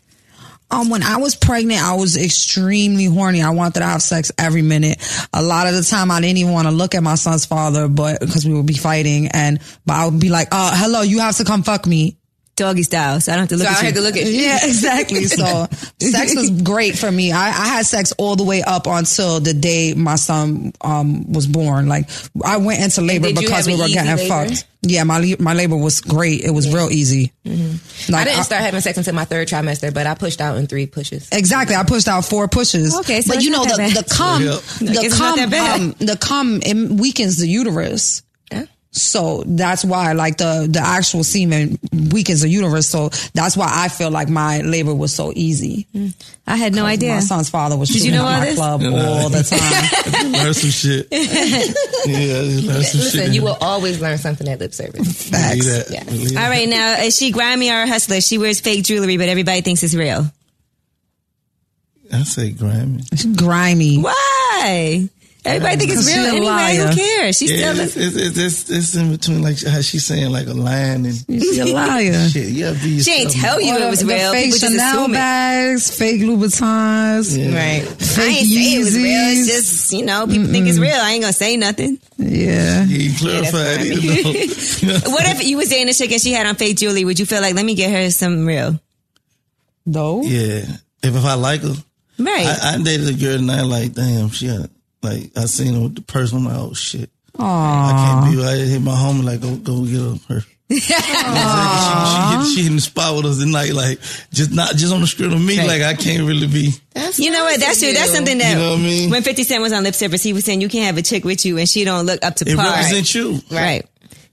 Speaker 2: Um, when I was pregnant, I was extremely horny. I wanted to have sex every minute. A lot of the time, I didn't even want to look at my son's father, but because we would be fighting, and but I would be like, "Uh, hello, you have to come fuck me."
Speaker 1: Doggy style, so I don't have to look
Speaker 5: So I
Speaker 1: at you.
Speaker 5: had to look at you.
Speaker 2: Yeah, exactly. So
Speaker 5: [LAUGHS]
Speaker 2: sex was great for me. I, I had sex all the way up until the day my son um was born. Like I went into labor
Speaker 5: did you
Speaker 2: because
Speaker 5: have
Speaker 2: we
Speaker 5: an
Speaker 2: were
Speaker 5: easy
Speaker 2: getting
Speaker 5: labor?
Speaker 2: fucked. Yeah, my la- my labor was great. It was real easy. Like,
Speaker 5: Mm-hmm. I didn't
Speaker 2: I-
Speaker 5: start having sex until my third trimester, but I pushed out in three pushes.
Speaker 2: Exactly, I pushed out four pushes.
Speaker 1: Okay, so
Speaker 2: but
Speaker 1: it's
Speaker 2: you know
Speaker 1: not
Speaker 2: the,
Speaker 1: that bad.
Speaker 2: the cum,
Speaker 4: Yeah.
Speaker 1: Like,
Speaker 2: the
Speaker 1: it's not that bad.
Speaker 2: cum, um, the cum it weakens the uterus. So that's why, like the the actual semen weakens the uterus. So that's why I feel like my labor was so easy.
Speaker 1: I had no idea.
Speaker 2: My son's father was
Speaker 1: Mm-hmm. you
Speaker 2: shooting
Speaker 1: know
Speaker 2: up
Speaker 1: all
Speaker 2: my
Speaker 1: this?
Speaker 2: club all
Speaker 4: [LAUGHS]
Speaker 2: the time.
Speaker 4: I just learned some shit.
Speaker 1: [LAUGHS]
Speaker 4: Yeah, I just learned some shit.
Speaker 5: Listen, you will always learn something at lip service.
Speaker 4: Believe that. Believe
Speaker 1: All
Speaker 4: that.
Speaker 1: right, now is she grimy or a hustler? She wears fake jewelry, but everybody thinks it's real.
Speaker 4: I say Grammy.
Speaker 2: Grimy.
Speaker 1: Why? Everybody think it's
Speaker 2: Because
Speaker 1: real
Speaker 2: she a
Speaker 1: anyway.
Speaker 2: liar.
Speaker 1: Who cares? She's
Speaker 4: Yeah,
Speaker 1: still.
Speaker 4: it's, it's, it's, it's, it's in between like how she's saying like a line and
Speaker 2: She's a liar.
Speaker 4: [LAUGHS] shit. Yeah, be
Speaker 1: She ain't
Speaker 4: yourself.
Speaker 1: tell Oh, you it was
Speaker 2: the
Speaker 1: real.
Speaker 2: fake
Speaker 1: People just
Speaker 2: Chanel
Speaker 1: assume it.
Speaker 2: bags, fake Louboutins,
Speaker 1: I
Speaker 5: Right.
Speaker 2: fake
Speaker 1: ain't say it was real.
Speaker 2: Yeezys.
Speaker 1: It's just you know people think it's real. I ain't gonna say nothing.
Speaker 2: yeah.
Speaker 4: You ain't
Speaker 1: [LAUGHS]
Speaker 4: clarified either. though. You know? [LAUGHS]
Speaker 1: What if you was dating a chick and she had on fake jewelry? Would you feel like let me get her some real?
Speaker 2: Though.
Speaker 4: Yeah, if, if I like her,
Speaker 1: Right.
Speaker 4: I, I dated a girl and I like, damn, she had, like I seen her with the purse. I'm like, oh shit, I can't be. I hit my homie like, go go get her purse. [LAUGHS] she, she, hit, she in the spot with us tonight, like just not just on the screen of me. Like I can't really be.
Speaker 1: you know what? That's true. That's something that
Speaker 4: You know what I mean?
Speaker 1: when Fifty Cent was on lip service, he was saying you can't have a chick with you and she don't look up to
Speaker 4: It
Speaker 1: par.
Speaker 4: represents you.
Speaker 1: Right.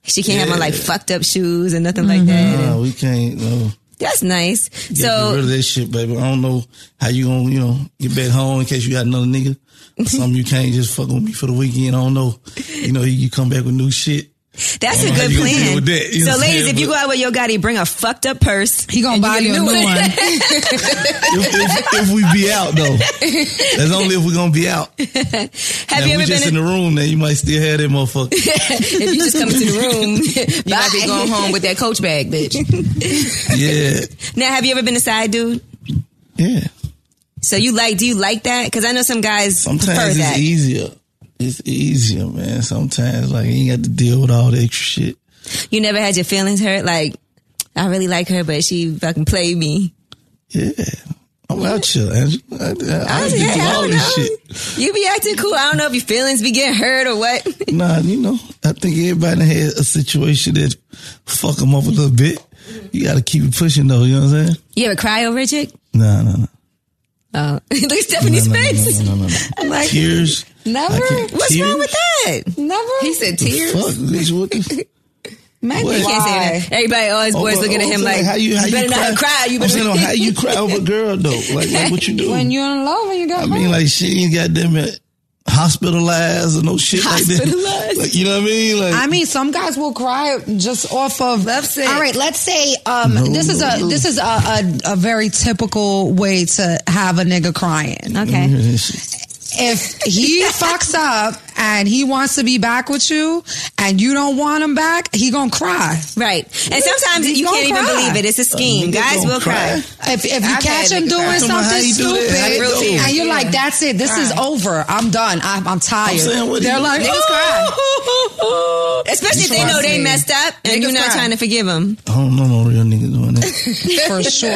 Speaker 1: She can't have on like
Speaker 4: Yeah.
Speaker 1: fucked up shoes and nothing like
Speaker 2: Mm-hmm.
Speaker 1: that.
Speaker 4: Nah, we can't. No.
Speaker 1: That's nice.
Speaker 4: Yeah, get
Speaker 1: so
Speaker 4: rid of that shit, baby. I don't know how you gonna, you know, get back home in case you got another nigga. Or something you can't just fuck with me for the weekend. I don't know. You know, you come back with new shit.
Speaker 1: that's a
Speaker 4: I don't know how
Speaker 1: good
Speaker 4: you gonna deal
Speaker 1: plan.
Speaker 4: with that, you know
Speaker 1: so,
Speaker 4: what I'm
Speaker 1: ladies,
Speaker 4: saying?
Speaker 1: if you
Speaker 4: But-
Speaker 1: go out with your Gotti, bring a fucked up purse.
Speaker 2: He gonna buy you a new one.
Speaker 4: If, if, if we be out though, that's only if we're gonna be out. Have
Speaker 1: Have
Speaker 4: now,
Speaker 1: you ever
Speaker 4: we just
Speaker 1: been [LAUGHS]
Speaker 4: in the room. Now you might still have that motherfucker.
Speaker 5: If you just come
Speaker 4: [LAUGHS]
Speaker 5: into the room, you might
Speaker 1: [LAUGHS]
Speaker 5: be
Speaker 1: Bye.
Speaker 5: going home with that coach bag, bitch.
Speaker 4: yeah,
Speaker 1: Now, have you ever been a side dude?
Speaker 4: yeah.
Speaker 1: So you like? Do you like that? Because I know some guys prefer
Speaker 4: Sometimes
Speaker 1: that.
Speaker 4: it's easier. It's easier, man. Sometimes like you ain't got to deal with all the extra shit.
Speaker 1: You never had your feelings hurt. Like I really like her, but she fucking played me.
Speaker 4: Yeah, I'm out here. Angela. I,
Speaker 1: I,
Speaker 4: I, I, I,
Speaker 1: was
Speaker 4: do
Speaker 1: like, hey, Oh, [LAUGHS] I
Speaker 4: all
Speaker 1: don't
Speaker 4: this shit.
Speaker 1: know. You be acting cool. I don't know if your feelings be getting hurt or what. [LAUGHS]
Speaker 4: Nah, you know, I think everybody had a situation that fuck them up a little bit. You got to keep it pushing though. You know what I'm saying?
Speaker 1: You ever cry over a chick?
Speaker 4: Nah, nah, nah.
Speaker 1: Oh, [LAUGHS] look at Stephanie's
Speaker 4: No, no, no,
Speaker 1: face.
Speaker 4: no, no, no, no.
Speaker 1: [LAUGHS] I'm like,
Speaker 4: Tears.
Speaker 2: Never.
Speaker 4: I can't-
Speaker 1: what's wrong with that?
Speaker 2: Never.
Speaker 5: He said tears.
Speaker 4: Fuck, bitch, what the?
Speaker 2: Man,
Speaker 4: What?
Speaker 1: Can't say that. Everybody, all his [LAUGHS] boys
Speaker 4: Over-
Speaker 1: looking at him
Speaker 4: over-
Speaker 1: like,
Speaker 4: Oh, how you, Oh, how
Speaker 1: you better not cry. You [LAUGHS]
Speaker 4: I'm
Speaker 1: better
Speaker 4: saying, on how you cry over a girl though? Like, like
Speaker 1: [LAUGHS]
Speaker 4: what you do?
Speaker 2: When you're in love and you got
Speaker 4: I mean, like she ain't goddamn it hospitalized or no shit like that.
Speaker 1: Hospitalized.
Speaker 4: [LAUGHS] Like, you know what I mean? Like,
Speaker 2: I mean, some guys will cry just off of
Speaker 1: Love sick.
Speaker 2: All right, let's say um, this is a this is a, a a very typical way to have a nigga crying.
Speaker 1: Okay.
Speaker 2: If he [LAUGHS] fucks up and he wants to be back with you, and you don't want him back, he gonna cry.
Speaker 1: Right. And sometimes
Speaker 2: He's
Speaker 1: you
Speaker 2: gonna
Speaker 1: can't even
Speaker 2: cry.
Speaker 1: believe it. It's a scheme.
Speaker 4: nigga
Speaker 1: Guys
Speaker 4: gonna
Speaker 1: will cry.
Speaker 2: If if you
Speaker 5: I've
Speaker 2: catch him
Speaker 5: had niggas
Speaker 2: doing
Speaker 5: cry.
Speaker 4: Tell me how
Speaker 2: something
Speaker 4: you do
Speaker 2: stupid,
Speaker 4: that. How you do it?
Speaker 2: and you're like, "That's it. This is over. I'm done. I'm, I'm tired."
Speaker 4: I'm saying, what do
Speaker 2: They're
Speaker 4: you-
Speaker 2: like,
Speaker 4: Niggas
Speaker 2: [LAUGHS] "Oh."
Speaker 1: Especially if they know they messed up and you're not
Speaker 5: cry.
Speaker 1: trying to forgive them.
Speaker 4: I don't know no real nigga doing that.
Speaker 2: [LAUGHS] for sure.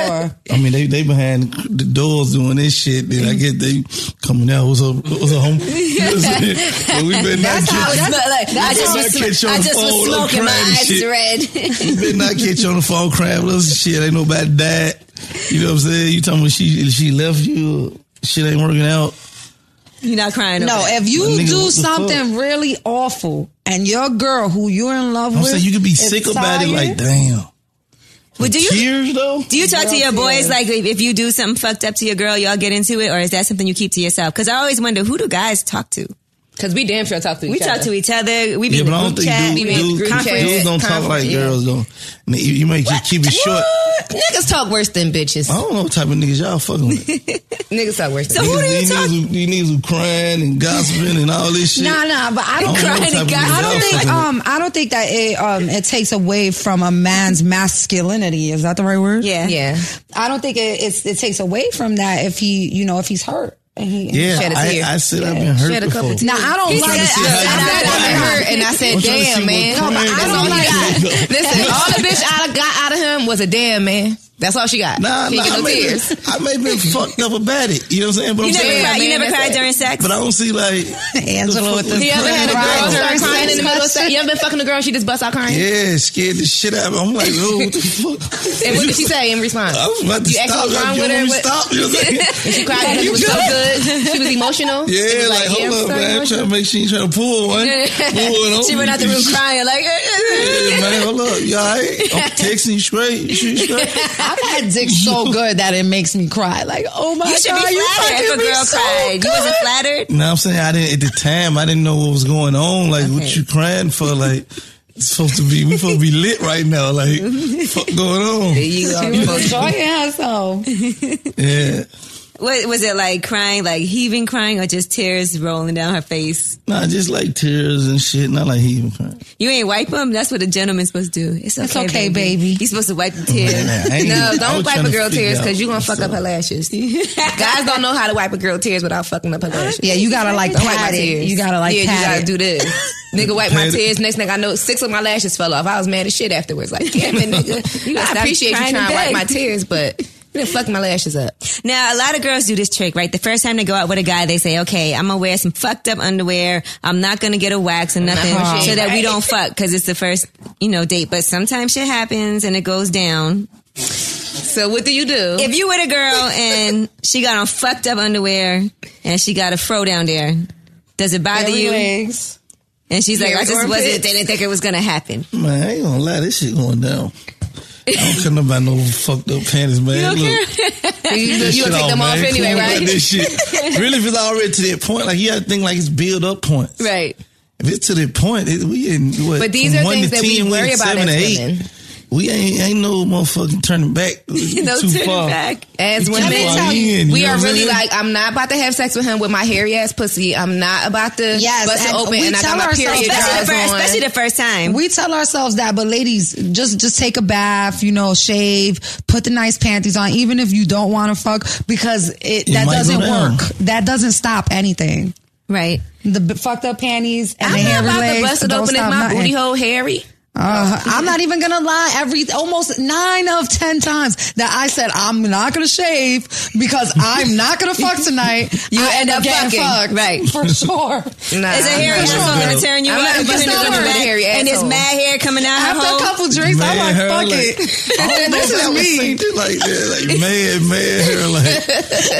Speaker 4: I mean, they they behind the doors doing this shit. Then I guess they coming out. What's up? What's up,
Speaker 1: [LAUGHS]
Speaker 4: homie? [LAUGHS] You know what I'm saying? But we better not
Speaker 1: I
Speaker 4: catch-
Speaker 1: was not- like, I just
Speaker 4: Oh, how I
Speaker 1: was, sm-
Speaker 4: catch you on
Speaker 1: I
Speaker 4: the
Speaker 1: just was
Speaker 4: phone, I'm
Speaker 1: smoking. My
Speaker 4: crying and
Speaker 1: eyes
Speaker 4: shit.
Speaker 1: red.
Speaker 4: You better not catch you on the phone crying. Well, Listen, shit, ain't nobody died. You know what I'm saying? You talking about she she left you? Shit ain't working out.
Speaker 1: You're not crying.
Speaker 2: No,
Speaker 1: over that.
Speaker 2: if
Speaker 4: Well,
Speaker 2: you
Speaker 4: nigga, what
Speaker 2: do
Speaker 4: the
Speaker 2: something really awful and your girl who you're in love
Speaker 4: I'm
Speaker 2: with,
Speaker 4: saying you could be
Speaker 2: is
Speaker 4: sick about it.
Speaker 2: tired,
Speaker 4: Like, damn.
Speaker 1: But do you
Speaker 4: Tears though.
Speaker 1: do you talk to your boys like if if you do something fucked up to your girl, y'all get into it, or is that something you keep to yourself? Because I always wonder who do guys talk to.
Speaker 5: Because we damn sure talk to each
Speaker 1: We
Speaker 5: other.
Speaker 1: talk to each other. We be
Speaker 4: Yeah,
Speaker 1: in
Speaker 4: but
Speaker 1: the group
Speaker 4: I don't think
Speaker 1: chat.
Speaker 4: dude,
Speaker 5: we
Speaker 1: be in
Speaker 5: dude-
Speaker 1: the
Speaker 5: group
Speaker 1: conference.
Speaker 5: chat.
Speaker 4: dudes don't talk
Speaker 5: Conference,
Speaker 4: like
Speaker 5: yeah.
Speaker 4: girls don't. You, you might just keep it short.
Speaker 5: What? Niggas talk worse than bitches.
Speaker 4: I don't know what type of niggas y'all fucking with.
Speaker 5: Niggas talk worse than
Speaker 1: So who
Speaker 5: bitches.
Speaker 1: do you
Speaker 4: these
Speaker 1: talk?
Speaker 4: niggas, who- these niggas who crying and gossiping and all this shit.
Speaker 2: Nah, nah, but I
Speaker 4: I
Speaker 2: don't,
Speaker 4: don't know
Speaker 2: cry
Speaker 4: what type
Speaker 2: to
Speaker 4: of
Speaker 2: God. I don't
Speaker 4: nigga
Speaker 2: think
Speaker 4: I'm
Speaker 2: um I don't think that it um it takes away from a man's masculinity. Is that the right word?
Speaker 1: Yeah.
Speaker 5: Yeah.
Speaker 2: I don't think it it's, it takes away from that if he you know if he's hurt. And he,
Speaker 4: Yeah,
Speaker 5: Shed a
Speaker 4: I,
Speaker 5: tear.
Speaker 4: I said I've been hurt
Speaker 5: Shed a
Speaker 4: before.
Speaker 5: couple
Speaker 2: Now I don't
Speaker 5: He
Speaker 2: like.
Speaker 5: said, I, I,
Speaker 4: see how you
Speaker 5: said
Speaker 4: feel.
Speaker 5: I hurt, and I said,
Speaker 4: I'm trying to see
Speaker 5: damn,
Speaker 4: what
Speaker 5: man.
Speaker 4: Craig
Speaker 5: That's
Speaker 4: is
Speaker 5: all he
Speaker 4: gonna
Speaker 5: got.
Speaker 4: do.
Speaker 5: Listen, all the bitch I got out of him was a damn, man. That's all she got.
Speaker 4: Nah,
Speaker 5: she
Speaker 4: nah, I
Speaker 5: ain't get no
Speaker 4: may,
Speaker 5: tears.
Speaker 4: I may have been fucked up about it. You know what I'm saying? But I'm
Speaker 1: You never
Speaker 5: Yeah,
Speaker 4: saying,
Speaker 1: cried. You
Speaker 5: man,
Speaker 1: never
Speaker 5: that's
Speaker 1: cried
Speaker 5: it.
Speaker 1: during sex.
Speaker 4: but I don't see like
Speaker 2: [LAUGHS] Angela with
Speaker 4: the
Speaker 2: the-
Speaker 5: You ever had a girl
Speaker 2: Right.
Speaker 5: start crying in the middle of sex? You ever been fucking a girl and she just bust out crying?
Speaker 4: yeah, scared the shit out. of me. I'm like, oh, what the fuck?
Speaker 5: [LAUGHS] And what did she say in response?
Speaker 4: I was about to
Speaker 5: you asked
Speaker 4: stop.
Speaker 5: what's wrong
Speaker 4: you
Speaker 5: with
Speaker 4: want me
Speaker 5: her?
Speaker 4: to
Speaker 5: What-
Speaker 4: stop? You know what I'm
Speaker 5: [LAUGHS]
Speaker 4: saying?
Speaker 5: She cried because it was so good. She was emotional. She
Speaker 4: Yeah,
Speaker 5: was
Speaker 4: like,
Speaker 5: I'm
Speaker 4: hold up,
Speaker 5: so
Speaker 4: man. I'm trying
Speaker 5: emotional.
Speaker 4: to make sure you trying to pull one.
Speaker 5: [LAUGHS]
Speaker 4: pull one
Speaker 1: She went
Speaker 4: over
Speaker 1: out the
Speaker 4: me.
Speaker 1: room crying like.
Speaker 4: Yeah, man, hold up. You all right? I'm texting you straight. You shoot
Speaker 5: [LAUGHS]
Speaker 4: straight.
Speaker 2: I've [LAUGHS] had dick so good that it makes me cry. Like, oh my
Speaker 1: You should
Speaker 2: god,
Speaker 1: be
Speaker 2: you
Speaker 1: flattered if a
Speaker 2: fucking me
Speaker 1: girl
Speaker 2: so
Speaker 1: cried. You wasn't flattered.
Speaker 4: No, I'm saying I didn't at the time. I didn't know what was going on. Like, what you crying for? Like, it's supposed to be we supposed to be lit right now. Like, fuck going on?
Speaker 2: She was enjoying herself.
Speaker 4: Yeah.
Speaker 1: What was it like? Crying, like heaving, crying, or just tears rolling down her face?
Speaker 4: Nah, just like tears and shit. Not like he even crying.
Speaker 1: You ain't wipe them. That's what a gentleman's supposed to do. It's okay,
Speaker 2: okay, baby.
Speaker 1: You're supposed to wipe the tears.
Speaker 4: Yeah, Oh, I ain't- I
Speaker 5: No,
Speaker 4: was
Speaker 5: don't wipe
Speaker 4: trying
Speaker 5: a
Speaker 4: to
Speaker 5: girl
Speaker 4: figure
Speaker 5: tears
Speaker 4: out
Speaker 5: because you're gonna fuck up
Speaker 4: what's
Speaker 5: her
Speaker 1: [LAUGHS]
Speaker 5: lashes. Guys don't know how to wipe a girl tears without fucking up her lashes.
Speaker 2: Yeah, you gotta like
Speaker 5: Don't wipe my
Speaker 2: pat it.
Speaker 5: tears.
Speaker 2: You gotta like
Speaker 5: yeah,
Speaker 2: pat
Speaker 5: you gotta
Speaker 2: it.
Speaker 5: do this. Nigga wipe my
Speaker 4: Pat it.
Speaker 5: tears. Next thing I know, six of my lashes fell off. I was mad as shit afterwards. Like, damn it, nigga.
Speaker 1: You gotta
Speaker 5: I
Speaker 1: stop
Speaker 5: appreciate you
Speaker 1: trying
Speaker 5: trying
Speaker 1: to
Speaker 5: to wipe
Speaker 1: beg.
Speaker 5: my tears, but you done fucked my lashes up.
Speaker 1: Now, a lot of girls do this trick, right? The first time they go out with a guy, they say, okay, I'm going to wear some fucked up underwear. I'm not going to get a wax or nothing
Speaker 5: Uh-huh.
Speaker 1: so that we
Speaker 5: Right.
Speaker 1: don't fuck because it's the first, you know, date. But sometimes shit happens and it goes down.
Speaker 5: So what do you do?
Speaker 1: If you with a girl and she got on fucked up underwear and she got a fro down there, does it bother you?
Speaker 5: legs.
Speaker 1: And she's like,
Speaker 5: Hairy
Speaker 1: I just
Speaker 5: armpits.
Speaker 1: wasn't, didn't think it was going to happen.
Speaker 4: Man, I ain't gonna lie, this shit going down. I don't care about no fucked up panties, man.
Speaker 5: Mm-hmm.
Speaker 4: Look,
Speaker 5: You,
Speaker 4: this
Speaker 5: you
Speaker 4: shit
Speaker 5: gonna take them
Speaker 4: man.
Speaker 5: off
Speaker 4: Cool
Speaker 5: anyway,
Speaker 4: about
Speaker 5: right?
Speaker 4: This shit. Really, if it's already to that point, like you gotta think like it's build up points.
Speaker 5: Right.
Speaker 4: If it's to that point, it, we in what?
Speaker 5: But these
Speaker 4: from
Speaker 5: are
Speaker 4: one
Speaker 5: things
Speaker 4: to
Speaker 5: that we
Speaker 4: 10, we
Speaker 5: worry
Speaker 4: in
Speaker 5: about
Speaker 4: seven to
Speaker 5: as
Speaker 4: eight.
Speaker 5: women.
Speaker 4: We ain't ain't no motherfucking turning back.
Speaker 1: No
Speaker 4: too
Speaker 1: turning
Speaker 4: far.
Speaker 1: back.
Speaker 5: As
Speaker 4: Too
Speaker 5: women,
Speaker 4: far in, you
Speaker 5: we
Speaker 4: know
Speaker 5: are
Speaker 4: what I'm
Speaker 5: really
Speaker 4: saying?
Speaker 5: like, I'm not about to have sex with him with my hairy ass pussy. I'm not about to
Speaker 2: Yes,
Speaker 5: bust it
Speaker 2: and
Speaker 5: open
Speaker 2: we
Speaker 5: and I
Speaker 2: tell
Speaker 5: got my
Speaker 2: ourselves-
Speaker 1: [LAUGHS]
Speaker 5: period
Speaker 1: Especially the,
Speaker 5: drawers
Speaker 1: first,
Speaker 5: on.
Speaker 1: especially the first time.
Speaker 2: We tell ourselves that, but ladies, just just take a bath, you know, shave, put the nice panties on, even if you don't want to fuck, because it, that
Speaker 4: might go
Speaker 2: doesn't
Speaker 4: down.
Speaker 2: work. That doesn't stop anything.
Speaker 1: right.
Speaker 2: The b- fucked up panties and the
Speaker 5: I'm
Speaker 2: hairy
Speaker 5: not about to
Speaker 2: legs.
Speaker 5: bust it
Speaker 2: don't
Speaker 5: open if
Speaker 2: stop
Speaker 5: my
Speaker 2: nothing.
Speaker 5: booty hole hairy.
Speaker 2: Uh, I'm not even gonna lie. Every almost nine of ten times that I said I'm not gonna shave because I'm not gonna fuck tonight, you I end up getting
Speaker 5: fucking.
Speaker 2: fucked,
Speaker 5: Right.
Speaker 2: for [LAUGHS] sure.
Speaker 5: Nah,
Speaker 1: Is a hairy
Speaker 4: asshole
Speaker 5: I'm not
Speaker 1: asshole
Speaker 4: gonna
Speaker 1: gonna
Speaker 4: go.
Speaker 1: turn you
Speaker 5: I'm
Speaker 1: out?
Speaker 5: not
Speaker 1: and put
Speaker 5: just
Speaker 1: it
Speaker 5: not
Speaker 1: in your
Speaker 5: with a
Speaker 1: back,
Speaker 5: hairy
Speaker 1: and it's
Speaker 5: asshole.
Speaker 1: mad hair coming out her
Speaker 2: After
Speaker 1: hole.
Speaker 2: a couple drinks,
Speaker 4: Man,
Speaker 2: I'm like,
Speaker 4: her,
Speaker 2: fuck [LAUGHS]
Speaker 4: like-
Speaker 2: it. this
Speaker 4: I
Speaker 2: is
Speaker 4: was
Speaker 2: me.
Speaker 4: thinking like that, like man, man, hair, like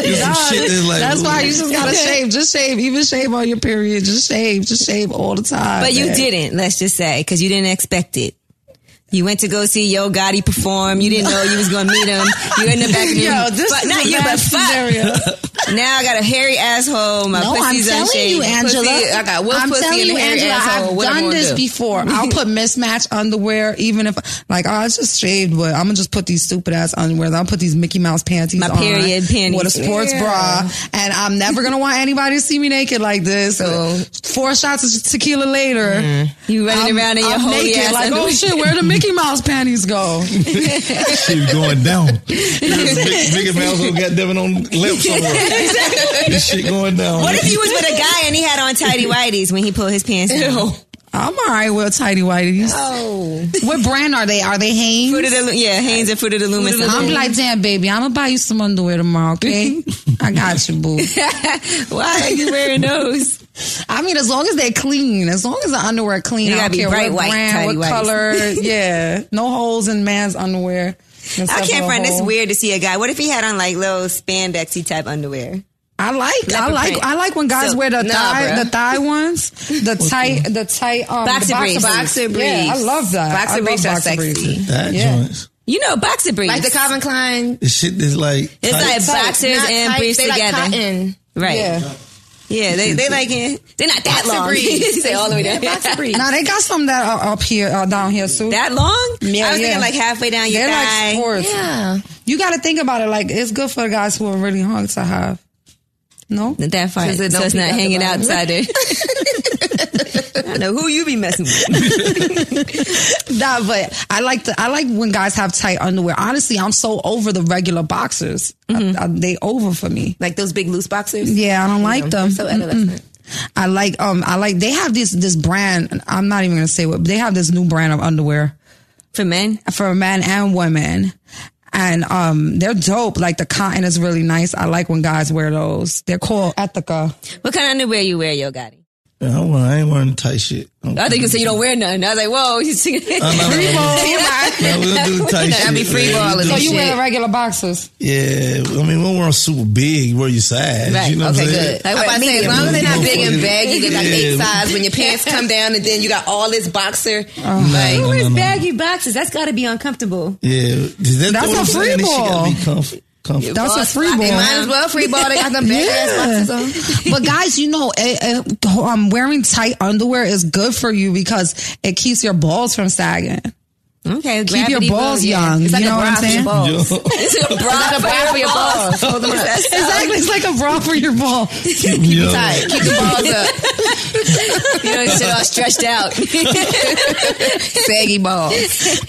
Speaker 4: you some shit that's like.
Speaker 2: That's why
Speaker 4: [LAUGHS]
Speaker 2: you
Speaker 4: ooh.
Speaker 2: just [LAUGHS] gotta shave. Just shave. Even shave on your period. Just shave. Just shave all the time.
Speaker 1: But you
Speaker 2: man.
Speaker 1: didn't, let's just say, because you didn't expect it. You went to go see Yo Gotti perform. You didn't know you was going to meet him. You're in the back of the
Speaker 2: [LAUGHS] Yo,
Speaker 1: room.
Speaker 2: this
Speaker 1: Fuck,
Speaker 2: is
Speaker 1: not
Speaker 2: a
Speaker 1: you,
Speaker 2: bad
Speaker 1: but fuck.
Speaker 2: scenario.
Speaker 1: Now I got a hairy asshole. My
Speaker 2: No, I'm
Speaker 1: pussy's
Speaker 2: telling
Speaker 1: unshaved.
Speaker 2: you, Angela.
Speaker 5: Pussy- I got wolf
Speaker 2: I'm
Speaker 5: pussy
Speaker 2: telling
Speaker 5: and a
Speaker 2: you,
Speaker 5: hairy
Speaker 2: Angela.
Speaker 5: asshole.
Speaker 2: I've
Speaker 5: What am I
Speaker 2: done
Speaker 5: gonna
Speaker 2: this
Speaker 5: do?
Speaker 2: before.
Speaker 5: [LAUGHS]
Speaker 2: I'll put mismatched underwear, even if like oh, I just shaved, but I'm gonna just put these stupid ass underwear. I'll put these Mickey Mouse panties,
Speaker 1: My
Speaker 2: on
Speaker 1: period panties.
Speaker 2: with a sports
Speaker 5: Yeah.
Speaker 2: bra, and I'm never gonna want anybody to see me naked like this. So four shots of tequila later,
Speaker 5: Mm.
Speaker 1: You running
Speaker 2: I'm,
Speaker 1: around in your
Speaker 2: I'm
Speaker 1: holy
Speaker 2: naked.
Speaker 1: ass
Speaker 2: Like
Speaker 1: [LAUGHS]
Speaker 2: oh
Speaker 1: underwear.
Speaker 2: shit, where the Mickey Mouse panties
Speaker 5: [LAUGHS]
Speaker 2: go?
Speaker 4: Shit going down. Mickey Mouse don't got Devin on lip somewhere. This shit going down.
Speaker 1: What if you was with a guy and he had on
Speaker 2: [LAUGHS]
Speaker 1: tidy whities when he pulled his pants down?
Speaker 2: I'm all right with tidy whities.
Speaker 1: Oh.
Speaker 2: What brand are they? Are they Hanes?
Speaker 1: Fruit of the, Lo- yeah, Hanes and Fruit of the Loom. and
Speaker 2: I'm
Speaker 1: something.
Speaker 2: like, damn, baby, I'm gonna buy you some underwear
Speaker 1: [LAUGHS]
Speaker 2: tomorrow, okay? I got you, boo.
Speaker 1: why are you wearing those?
Speaker 2: I mean, as long as they're clean, as long as the underwear clean,
Speaker 1: They
Speaker 2: I
Speaker 1: gotta be
Speaker 2: don't care
Speaker 1: bright
Speaker 2: what
Speaker 1: white, tidy
Speaker 2: brand, what
Speaker 1: whities. [LAUGHS]
Speaker 2: color, yeah, no holes in man's underwear.
Speaker 1: [LAUGHS] I can't find this weird to see a guy. What if he had on like little spandexy type underwear?
Speaker 2: I like, I
Speaker 1: Leopard
Speaker 2: like,
Speaker 1: print.
Speaker 2: I like when guys
Speaker 1: So-
Speaker 2: wear the
Speaker 1: Nah,
Speaker 2: thigh,
Speaker 1: bruh.
Speaker 2: the thigh ones, the tight, the tight, um,
Speaker 1: Boxer
Speaker 2: the boxer
Speaker 1: briefs.
Speaker 2: briefs.
Speaker 1: Boxer
Speaker 2: Yeah, I
Speaker 1: briefs.
Speaker 2: love that.
Speaker 5: Boxer
Speaker 2: I love
Speaker 5: briefs are sexy.
Speaker 4: that
Speaker 2: Yeah.
Speaker 4: joints?
Speaker 1: You know, boxer briefs.
Speaker 5: Like the Calvin Klein.
Speaker 4: The shit that's like.
Speaker 1: It's
Speaker 4: tight.
Speaker 1: like boxers
Speaker 5: Not
Speaker 1: and
Speaker 5: tight,
Speaker 1: briefs
Speaker 5: they like
Speaker 1: together.
Speaker 5: cotton.
Speaker 1: Right.
Speaker 2: Yeah.
Speaker 1: Yeah, they they like it. They're not that
Speaker 5: Boxer
Speaker 1: long.
Speaker 5: breed.
Speaker 1: [LAUGHS] Say all the way
Speaker 5: [LAUGHS]
Speaker 1: down.
Speaker 2: Now they got some that are up here, uh, down here too.
Speaker 1: that long?
Speaker 2: Yeah,
Speaker 1: I was
Speaker 2: yeah.
Speaker 1: thinking like halfway down your
Speaker 2: They're
Speaker 1: thigh.
Speaker 2: like sports.
Speaker 5: Yeah.
Speaker 2: You got to think about it. Like it's good for the guys who are really hard to have. No,
Speaker 1: that far,
Speaker 5: it
Speaker 1: so
Speaker 5: don't
Speaker 1: it's
Speaker 5: peek
Speaker 1: not
Speaker 5: out the
Speaker 1: hanging
Speaker 5: bottom.
Speaker 1: outside there. [LAUGHS] I know who you be messing with.
Speaker 2: nah, but I like the I like when guys have tight underwear. Honestly, I'm so over the regular boxers. I- I- they over for me.
Speaker 5: Like those big loose boxers.
Speaker 2: Mm-hmm. Yeah, I don't like them.
Speaker 5: So adolescent.
Speaker 2: I like um I like they have this this brand. I'm not even gonna say what they have this new brand of underwear
Speaker 1: For men,
Speaker 2: for men and women. And um, they're dope. Like the cotton is really nice. I like when guys wear those. They're called Ethica.
Speaker 1: what kind of underwear you wear, Yo Gotti?
Speaker 4: I, don't want- I ain't wearing tight shit. I
Speaker 1: I think you said you don't wear none. I was like, whoa, [LAUGHS] you singing.
Speaker 4: No, no, no,
Speaker 5: [LAUGHS]
Speaker 4: no. No, we don't do the tight shit.
Speaker 5: That'd be
Speaker 4: man.
Speaker 5: free ball
Speaker 4: We
Speaker 5: and
Speaker 2: So
Speaker 4: do-
Speaker 2: you
Speaker 5: shit.
Speaker 2: wear the regular boxers.
Speaker 4: Yeah, I mean, we don't wear super big. Wear your size.
Speaker 1: Right,
Speaker 4: You know
Speaker 5: Okay,
Speaker 4: what I'm
Speaker 5: good.
Speaker 4: saying?
Speaker 5: I was about to say, as
Speaker 4: medium.
Speaker 5: long as they're not big and baggy, they're like eight
Speaker 4: Yeah.
Speaker 5: size. When your pants come down and then you got all this boxer,
Speaker 4: No,
Speaker 5: like
Speaker 4: no, no, no.
Speaker 1: baggy boxes. That's got to be uncomfortable.
Speaker 4: Yeah, that's,
Speaker 2: That's
Speaker 4: what
Speaker 2: a
Speaker 4: I'm
Speaker 2: free
Speaker 4: saying. This shit gotta
Speaker 2: ball.
Speaker 4: Be comf- comfortable. [LAUGHS]
Speaker 2: That's a free
Speaker 5: they
Speaker 2: ball.
Speaker 5: might as well free ball. They got them big ass boxes on.
Speaker 2: but guys, you know, eh, eh, um, wearing tight underwear is good for you because it keeps your balls from sagging.
Speaker 1: Okay,
Speaker 2: Keep your balls young.
Speaker 5: It's like
Speaker 2: you
Speaker 5: a
Speaker 2: know what
Speaker 5: bra
Speaker 2: I'm
Speaker 5: for your
Speaker 2: saying?
Speaker 5: balls. It's a bra
Speaker 1: for
Speaker 5: for
Speaker 1: your
Speaker 5: your balls. Hold them
Speaker 2: [LAUGHS]
Speaker 5: up.
Speaker 2: Exactly. It's like a bra for your ball.
Speaker 4: Yo.
Speaker 5: Tight. Keep the balls up.
Speaker 1: You know, shit all stretched out.
Speaker 5: Saggy balls.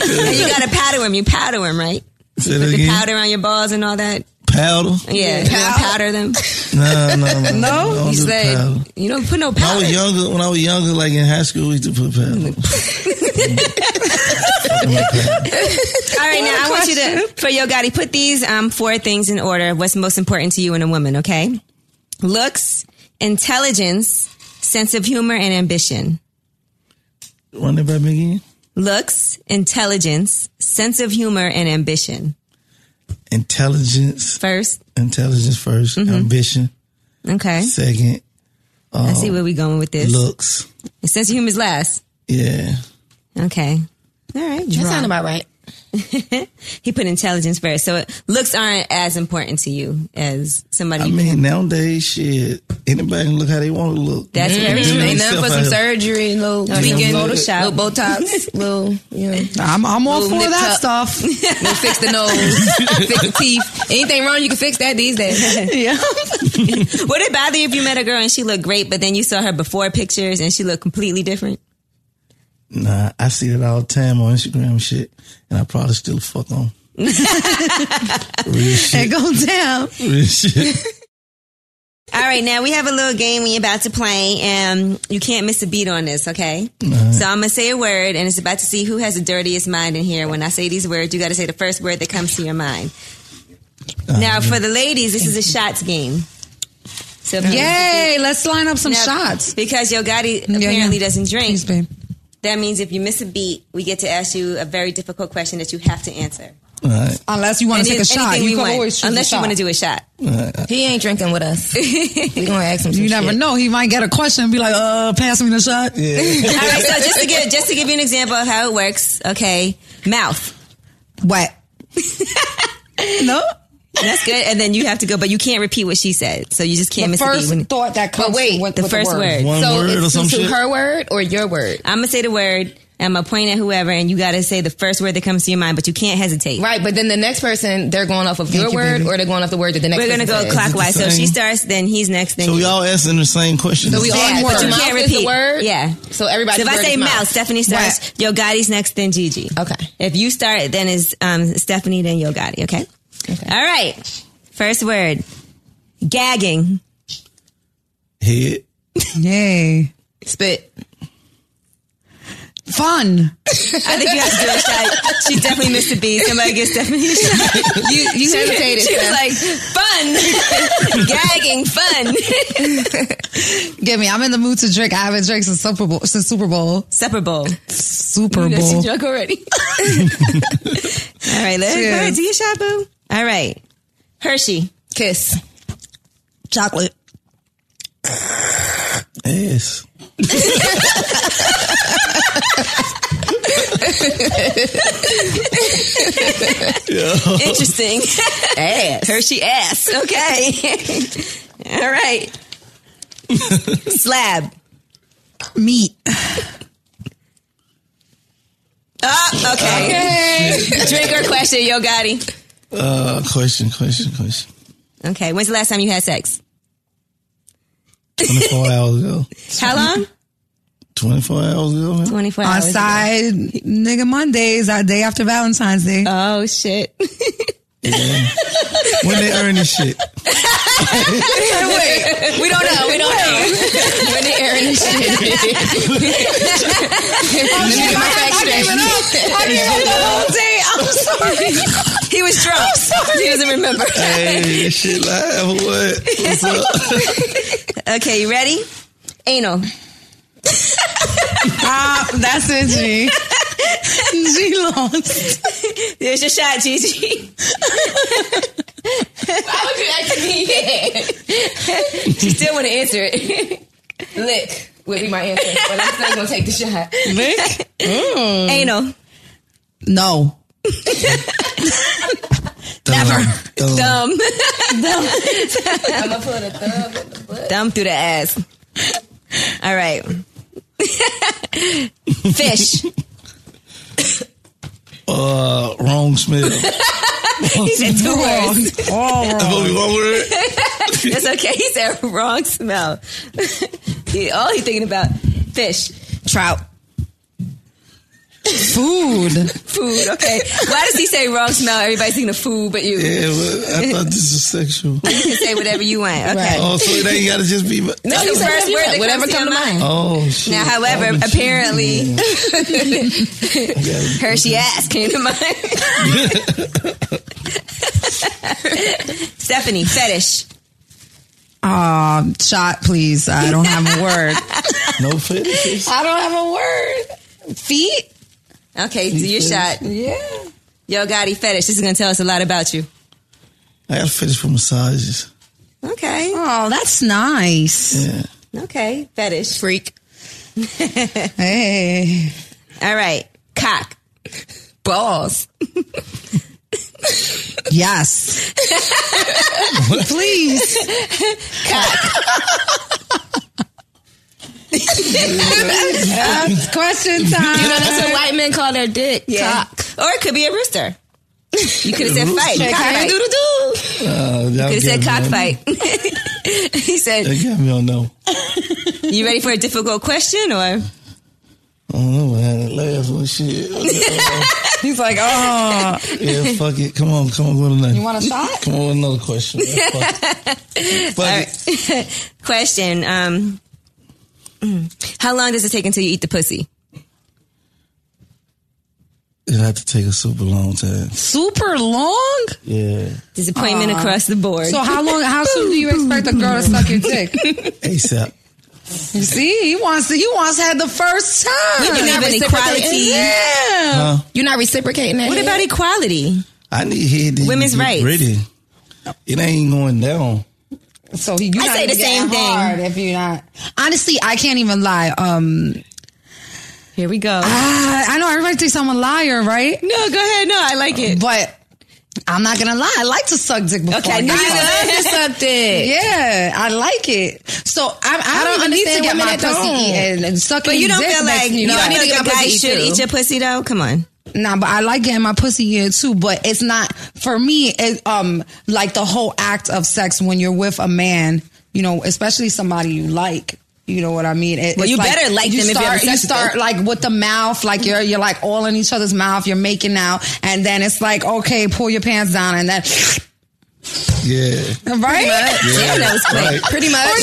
Speaker 1: and you got to powder them. You powder them, right?
Speaker 4: Say that
Speaker 1: Put the
Speaker 4: again.
Speaker 1: powder on your balls and all that.
Speaker 4: Powder?
Speaker 1: Yeah, you don't powder them.
Speaker 4: No, no, no.
Speaker 2: No?
Speaker 4: Oh. Don't
Speaker 1: You
Speaker 4: do powder.
Speaker 1: said you don't put no
Speaker 4: When I
Speaker 1: powder.
Speaker 4: was younger, when I was younger, like in high school, we used to put powder.
Speaker 1: All right, now I want you to, for Yo Gotti, put these um, four things in order. What's most important to you in a woman, okay? Looks, intelligence, sense of humor, and ambition.
Speaker 4: Run that back again.
Speaker 1: Looks, intelligence, sense of humor, and ambition.
Speaker 4: Intelligence,
Speaker 1: First,
Speaker 4: intelligence 1st ambition
Speaker 1: okay.
Speaker 4: second,
Speaker 1: I see where we going with this.
Speaker 4: looks.
Speaker 1: Sense of humor is last.
Speaker 4: Yeah,
Speaker 1: Okay. All right.
Speaker 5: That
Speaker 1: Draw.
Speaker 5: sound about right.
Speaker 1: He put intelligence first, so looks aren't as important to you as somebody.
Speaker 4: I mean nowadays, shit, anybody can look how they want to look.
Speaker 1: That's very
Speaker 4: You know
Speaker 1: true.
Speaker 5: Ain't nothing
Speaker 4: yourself
Speaker 5: for
Speaker 4: out
Speaker 5: some
Speaker 4: here.
Speaker 5: surgery, little tweaking, little
Speaker 1: Photoshop.
Speaker 5: Botox, little, you know.
Speaker 2: I'm, I'm all
Speaker 5: Little
Speaker 2: for
Speaker 5: nip
Speaker 2: that
Speaker 5: [LAUGHS]
Speaker 2: stuff.
Speaker 5: We'll fix the nose, fix the teeth. Anything wrong, you can fix that
Speaker 2: [LAUGHS]
Speaker 5: these days.
Speaker 2: yeah.
Speaker 1: Would it bother you if you met a girl and she looked great, but then you saw her before pictures and she looked completely different?
Speaker 4: Nah, I see that all the time on Instagram and shit, and I probably still fuck
Speaker 5: [LAUGHS]
Speaker 4: on. real
Speaker 2: It
Speaker 4: shit,
Speaker 2: goes down.
Speaker 4: real shit.
Speaker 1: All right, now we have a little game we're about to play, and you can't miss a beat on this, okay? So I'm gonna say a word, and it's about to see who has the dirtiest mind in here. When I say these words, you got to say the first word that comes to your mind.
Speaker 2: Uh,
Speaker 1: Now, for the ladies, this is a shots game. So if you-
Speaker 2: Yay, let's line up some
Speaker 1: Now,
Speaker 2: shots.
Speaker 1: because Yo Gotti
Speaker 2: Yeah,
Speaker 1: apparently
Speaker 2: yeah.
Speaker 1: doesn't drink.
Speaker 2: Please, babe.
Speaker 1: That means if you miss a beat, we get to ask you a very difficult question that you have to answer.
Speaker 4: All right,
Speaker 2: Unless you want
Speaker 1: And
Speaker 2: to take a
Speaker 1: it's
Speaker 2: shot,
Speaker 1: anything
Speaker 2: you
Speaker 1: we
Speaker 2: can
Speaker 1: want,
Speaker 2: always choose
Speaker 1: unless
Speaker 2: a
Speaker 1: you
Speaker 2: shot.
Speaker 1: want to do a shot.
Speaker 5: He ain't drinking with
Speaker 2: [LAUGHS]
Speaker 5: us. We gonna ask him. Some
Speaker 2: You never
Speaker 5: shit.
Speaker 2: know. He might get a question and be like, "Uh, pass me the shot."
Speaker 4: yeah.
Speaker 1: All right, so just to give just to give you an example of how it works, okay? Mouth.
Speaker 5: [LAUGHS]
Speaker 2: What? no.
Speaker 1: That's good. And then you have to go, but you can't repeat what she said. So you just can't
Speaker 2: The
Speaker 1: miss a beat.
Speaker 2: first
Speaker 1: When,
Speaker 2: thought that comes.
Speaker 5: But wait,
Speaker 2: with,
Speaker 1: the
Speaker 2: with
Speaker 1: first
Speaker 2: word.
Speaker 1: word.
Speaker 4: One
Speaker 5: So
Speaker 4: word
Speaker 5: it's
Speaker 4: or some
Speaker 5: to
Speaker 4: shit.
Speaker 5: her word or your word,
Speaker 1: I'm gonna say the word. I'm gonna point at whoever, and you gotta say the first word that comes to your mind, but you can't hesitate.
Speaker 5: right? But then the next person, they're going off of your
Speaker 2: you,
Speaker 5: word
Speaker 2: baby.
Speaker 5: or they're going off the word that the next.
Speaker 1: We're gonna
Speaker 5: person
Speaker 1: go
Speaker 5: says.
Speaker 1: clockwise. So if she
Speaker 4: same?
Speaker 1: starts, then he's next. Then
Speaker 4: so we
Speaker 1: you.
Speaker 4: all asking the same question.
Speaker 5: So we all
Speaker 1: Yeah,
Speaker 5: but
Speaker 1: but
Speaker 5: you
Speaker 1: you
Speaker 5: mouth
Speaker 1: can't
Speaker 5: is
Speaker 1: repeat.
Speaker 5: the word.
Speaker 1: Yeah.
Speaker 5: So everybody's
Speaker 1: So if I
Speaker 5: word
Speaker 1: say
Speaker 5: is
Speaker 1: mouth, Stephanie starts.
Speaker 5: Right.
Speaker 1: Yo Gotti's next, then Gigi.
Speaker 5: Okay.
Speaker 1: If you start, then is um, Stephanie, then Yo Gotti. Okay?
Speaker 5: Okay.
Speaker 1: All right. First word, gagging.
Speaker 4: Head.
Speaker 2: Yay!
Speaker 5: Spit.
Speaker 2: Fun.
Speaker 1: I think you have to do a shot. She definitely missed a beat. Somebody get [LAUGHS] Stephanie a shot.
Speaker 5: You you hesitated.
Speaker 1: She was
Speaker 5: Steph.
Speaker 1: like, fun, [LAUGHS] gagging, fun.
Speaker 2: Get me. I'm in the mood to drink. I haven't drank since Super Bowl. Since Super Bowl.
Speaker 1: Supper Bowl.
Speaker 2: Super
Speaker 1: You know she
Speaker 2: Bowl.
Speaker 1: drunk already. [LAUGHS] All right, let's
Speaker 2: Cheers.
Speaker 1: go ahead. Take your shot, boo. All right. Hershey.
Speaker 5: kiss.
Speaker 2: Chocolate.
Speaker 4: Ass.
Speaker 1: [LAUGHS] Interesting. [LAUGHS] ass. Hershey ass. Okay. All right. Slab.
Speaker 2: Meat.
Speaker 1: Oh, okay. Drinker question, Yo Gotti.
Speaker 4: Uh, question, question, question.
Speaker 1: Okay, when's the last time you had sex?
Speaker 5: [LAUGHS]
Speaker 4: 24 hours ago.
Speaker 1: How long?
Speaker 4: 24 hours ago, man.
Speaker 1: 24
Speaker 2: On
Speaker 1: hours.
Speaker 2: side nigga Mondays, our day after Valentine's Day.
Speaker 1: Oh, shit.
Speaker 4: When they earn this shit.
Speaker 5: [LAUGHS]
Speaker 1: we don't know. We [LAUGHS] don't know.
Speaker 5: when they airing this shit. Let me get my facts straight.
Speaker 1: [LAUGHS] He was drunk. He doesn't remember.
Speaker 4: hey, this shit live or what? What's up?
Speaker 1: Okay, you ready? Anal.
Speaker 2: Ah, that's it, G. [LAUGHS] G lost.
Speaker 1: There's your shot, Gigi.
Speaker 5: Why would you ask me? she still want to answer it. Lick would be my answer, but I'm still gonna take the shot.
Speaker 1: [LAUGHS] Mm. Anal.
Speaker 2: No.
Speaker 4: Dumb.
Speaker 1: Dumb.
Speaker 5: I'm gonna put a thumb in the butt.
Speaker 1: Dumb through the ass. All [LAUGHS] right. Fish.
Speaker 4: Uh,
Speaker 1: [LAUGHS]
Speaker 4: wrong smell. That's
Speaker 1: He said two words.
Speaker 4: gonna be one word.
Speaker 1: That's okay. He said wrong smell. [LAUGHS] he, all he's thinking about fish, trout,
Speaker 2: Food.
Speaker 1: food. Okay. [LAUGHS] Why does he say wrong smell? Everybody's thinking of food, but you You
Speaker 4: Yeah, but I thought this was sexual.
Speaker 1: can say whatever you want. Okay.
Speaker 4: Oh, so it ain't gotta just be.
Speaker 1: That's
Speaker 5: you
Speaker 1: the
Speaker 5: said
Speaker 1: first
Speaker 5: whatever you
Speaker 1: word
Speaker 5: want.
Speaker 1: that
Speaker 5: Whatever
Speaker 1: comes to
Speaker 5: come
Speaker 1: your
Speaker 5: to
Speaker 1: mind.
Speaker 4: Oh, shit.
Speaker 1: Now, however,
Speaker 4: Oh, shit.
Speaker 1: apparently-
Speaker 5: [LAUGHS]
Speaker 4: Yeah.
Speaker 1: Hershey ass came to mind. [LAUGHS] Stephanie, fetish.
Speaker 2: Um, shot, please. I don't have a word.
Speaker 4: No fetishes.
Speaker 5: I don't have a word.
Speaker 2: [LAUGHS] Feet?
Speaker 1: Okay, do your shot.
Speaker 5: Yeah.
Speaker 1: Yo, Gotti, fetish. This is going to tell us a lot about you.
Speaker 4: I got a fetish for massages.
Speaker 1: Okay.
Speaker 2: Oh, that's nice.
Speaker 4: Yeah.
Speaker 1: Okay, fetish.
Speaker 5: Freak.
Speaker 2: Hey.
Speaker 1: All right, cock. Balls.
Speaker 2: Yes. [LAUGHS] please. That's question time.
Speaker 5: That's what white men call their dick.
Speaker 1: Yeah.
Speaker 5: Cock.
Speaker 1: Or it could be a rooster. You could have said
Speaker 4: Rooster.
Speaker 1: fight. Cockfight.
Speaker 5: Doodle doo.
Speaker 4: Uh,
Speaker 1: Could have said cockfight. [LAUGHS] he said,
Speaker 4: They got me on no.
Speaker 1: You ready for a difficult question or?
Speaker 4: I don't know, man. That last one, shit.
Speaker 2: He's like, oh.
Speaker 1: [LAUGHS]
Speaker 4: yeah, fuck it. Come on, come on, go to nothing. You
Speaker 2: want a shot?
Speaker 4: Come on, with
Speaker 1: [LAUGHS]
Speaker 4: another question. man. Fuck it. Fuck it.
Speaker 1: Question. Um, mm. how long does it take until you eat the pussy?
Speaker 4: It'd have to take a super
Speaker 1: [LAUGHS]
Speaker 4: long time.
Speaker 2: Super long?
Speaker 4: Yeah.
Speaker 1: Disappointment across the board.
Speaker 2: So how long? How soon do you expect a girl to suck your dick?
Speaker 4: ASAP.
Speaker 2: You see, he wants to. He wants to have the first time.
Speaker 1: We believe in equality.
Speaker 2: Yeah.
Speaker 4: Huh?
Speaker 5: You're not reciprocating that.
Speaker 1: what
Speaker 5: head?
Speaker 1: about equality?
Speaker 4: I need head to
Speaker 1: Women's
Speaker 4: get
Speaker 1: rights.
Speaker 4: Ready. It ain't going down.
Speaker 2: So he, you
Speaker 1: I
Speaker 2: not
Speaker 1: say the
Speaker 2: even
Speaker 1: same
Speaker 2: getting
Speaker 1: thing.
Speaker 2: hard if you're not. Honestly, I can't even lie. Um,
Speaker 1: Here we go.
Speaker 2: Ah, I, I know everybody thinks I'm a liar, right?
Speaker 1: Ah, no, go ahead. No, I like it.
Speaker 2: But I'm not gonna lie. I like to suck dick before.
Speaker 1: Okay, I
Speaker 2: I
Speaker 1: knew
Speaker 2: got
Speaker 1: you
Speaker 2: it.
Speaker 1: loved
Speaker 5: Love is something?
Speaker 2: [LAUGHS] Yeah, I like it. So I, I, don't,
Speaker 5: don't
Speaker 2: even need to
Speaker 5: understand
Speaker 2: get
Speaker 5: women
Speaker 2: my
Speaker 5: that
Speaker 2: pussy
Speaker 5: don't.
Speaker 2: eaten and sucking.
Speaker 1: But you don't
Speaker 2: dick
Speaker 1: feel
Speaker 2: makes
Speaker 1: like
Speaker 2: me
Speaker 1: you
Speaker 2: laugh.
Speaker 1: don't feel
Speaker 5: need to
Speaker 1: like a
Speaker 5: get my
Speaker 1: guy
Speaker 5: pussy
Speaker 1: should
Speaker 5: too.
Speaker 1: eat your pussy though. Come on.
Speaker 2: Nah, but I like getting my pussy in too, but it's not for me. It, um, like the whole act of sex when you're with a man, you know, especially somebody you like. You know what I mean? It,
Speaker 1: Well,
Speaker 2: it's
Speaker 1: you better like them if you're
Speaker 2: start,
Speaker 1: having
Speaker 2: you
Speaker 1: sex with
Speaker 2: start
Speaker 1: them.
Speaker 2: like with the mouth, like you're you're like all in each other's mouth. You're making out, and then it's like okay, pull your pants down, and then [LAUGHS]
Speaker 4: Yeah.
Speaker 2: right.
Speaker 5: Damn, that was quick.
Speaker 4: Right.
Speaker 5: Pretty much.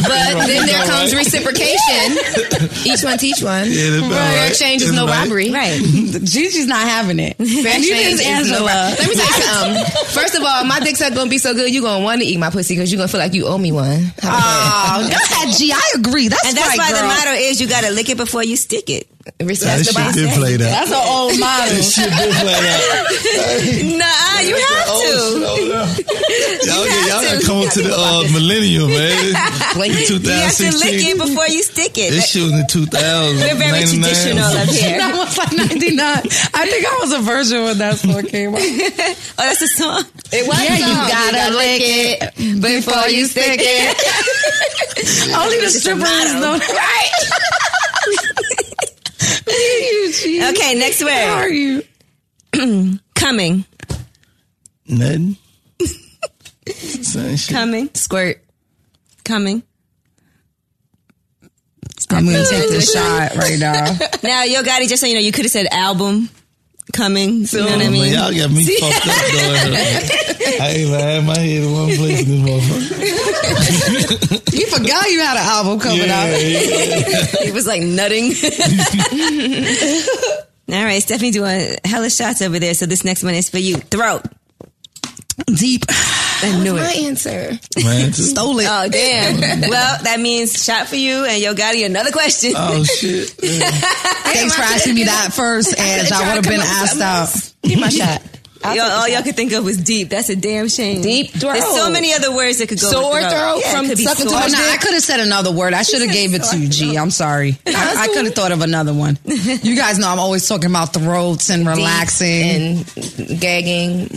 Speaker 5: But then there comes reciprocation. Each one teach one.
Speaker 4: Yeah, that's about
Speaker 5: Fair
Speaker 4: right.
Speaker 5: exchange is
Speaker 4: That's
Speaker 5: no
Speaker 4: right.
Speaker 5: robbery.
Speaker 1: Right.
Speaker 2: [LAUGHS] Gigi's not having it. And you
Speaker 5: Fair exchange
Speaker 2: just
Speaker 5: is no
Speaker 2: Angela.
Speaker 5: robbery. Let me tell you something. First of all, my dick's not gonna be so good. You're gonna want to eat my pussy because you're gonna feel like you owe me one. How about
Speaker 2: Oh,
Speaker 5: that?
Speaker 2: go ahead, G. I agree. That's
Speaker 1: And that's
Speaker 2: right,
Speaker 1: why
Speaker 2: girl.
Speaker 1: the motto is you gotta lick it before you stick it.
Speaker 5: Rich
Speaker 4: That
Speaker 5: That's
Speaker 4: shit
Speaker 5: nobody
Speaker 4: did play that.
Speaker 2: That's an [LAUGHS] old model.
Speaker 4: That shit did play that.
Speaker 1: [LAUGHS] Nah, you have to.
Speaker 4: Oh, shit, oh, no. Y'all, get-
Speaker 1: have
Speaker 4: y'all gotta
Speaker 1: to.
Speaker 4: come to the uh,
Speaker 1: [LAUGHS]
Speaker 4: millennium, man. It's
Speaker 1: You have to lick
Speaker 4: 2016.
Speaker 1: it before you stick it.
Speaker 4: This shit was in 2000.
Speaker 1: We're very
Speaker 4: 99.
Speaker 1: traditional up here.
Speaker 2: That was like 99. I think I was a virgin when that song came out.
Speaker 1: Oh, that's a song.
Speaker 5: It was
Speaker 2: Yeah, you
Speaker 5: song.
Speaker 2: gotta lick
Speaker 5: it before you stick it.
Speaker 2: Only the strippers
Speaker 1: [LAUGHS]
Speaker 2: know. Right. you,
Speaker 1: [LAUGHS]
Speaker 2: G.
Speaker 1: Okay, next
Speaker 2: How are
Speaker 1: word.
Speaker 2: you?
Speaker 1: [CLEARS THROAT] Coming.
Speaker 4: Nothing. Son, shit.
Speaker 1: Coming.
Speaker 5: Squirt.
Speaker 1: Coming.
Speaker 2: I'm gonna take [LAUGHS] this shot right now.
Speaker 1: Now, Yo Gotti, just so you know, you could have said album. Coming. You know what I
Speaker 4: Oh, man,
Speaker 1: mean?
Speaker 4: Y'all got me fucked up,
Speaker 1: [LAUGHS]
Speaker 4: though. I ain't lying. I had my head in one place in this motherfucker.
Speaker 2: You forgot you had an album coming
Speaker 4: Yeah,
Speaker 2: out.
Speaker 4: yeah.
Speaker 1: It was like
Speaker 4: [LAUGHS]
Speaker 1: nutting. [LAUGHS] All right, Stephanie doing hella shots over there. So this next one is for you. Throat.
Speaker 2: Deep.
Speaker 1: I knew
Speaker 5: My
Speaker 1: it.
Speaker 5: answer.
Speaker 4: Man,
Speaker 2: Stole it.
Speaker 1: Oh [LAUGHS] damn. well, that means shot for you and Yo Gotti another question.
Speaker 4: [LAUGHS] oh, shit. Yeah.
Speaker 2: Thanks for asking [LAUGHS] me that first, and I would have been asked out. Give [LAUGHS] my shot.
Speaker 1: Y'all, all y'all could think of was deep. That's a damn shame.
Speaker 5: Deep throat.
Speaker 1: There's so many other words that could go.
Speaker 5: Sore
Speaker 1: with Yeah,
Speaker 5: throat
Speaker 1: it
Speaker 5: from
Speaker 1: could be
Speaker 5: sucking
Speaker 1: sore.
Speaker 2: Oh, no, I could have said another word. I should have gave it to you, G. I'm sorry. I, I could have thought of another one. You guys know I'm always talking about throats and relaxing.
Speaker 5: and gagging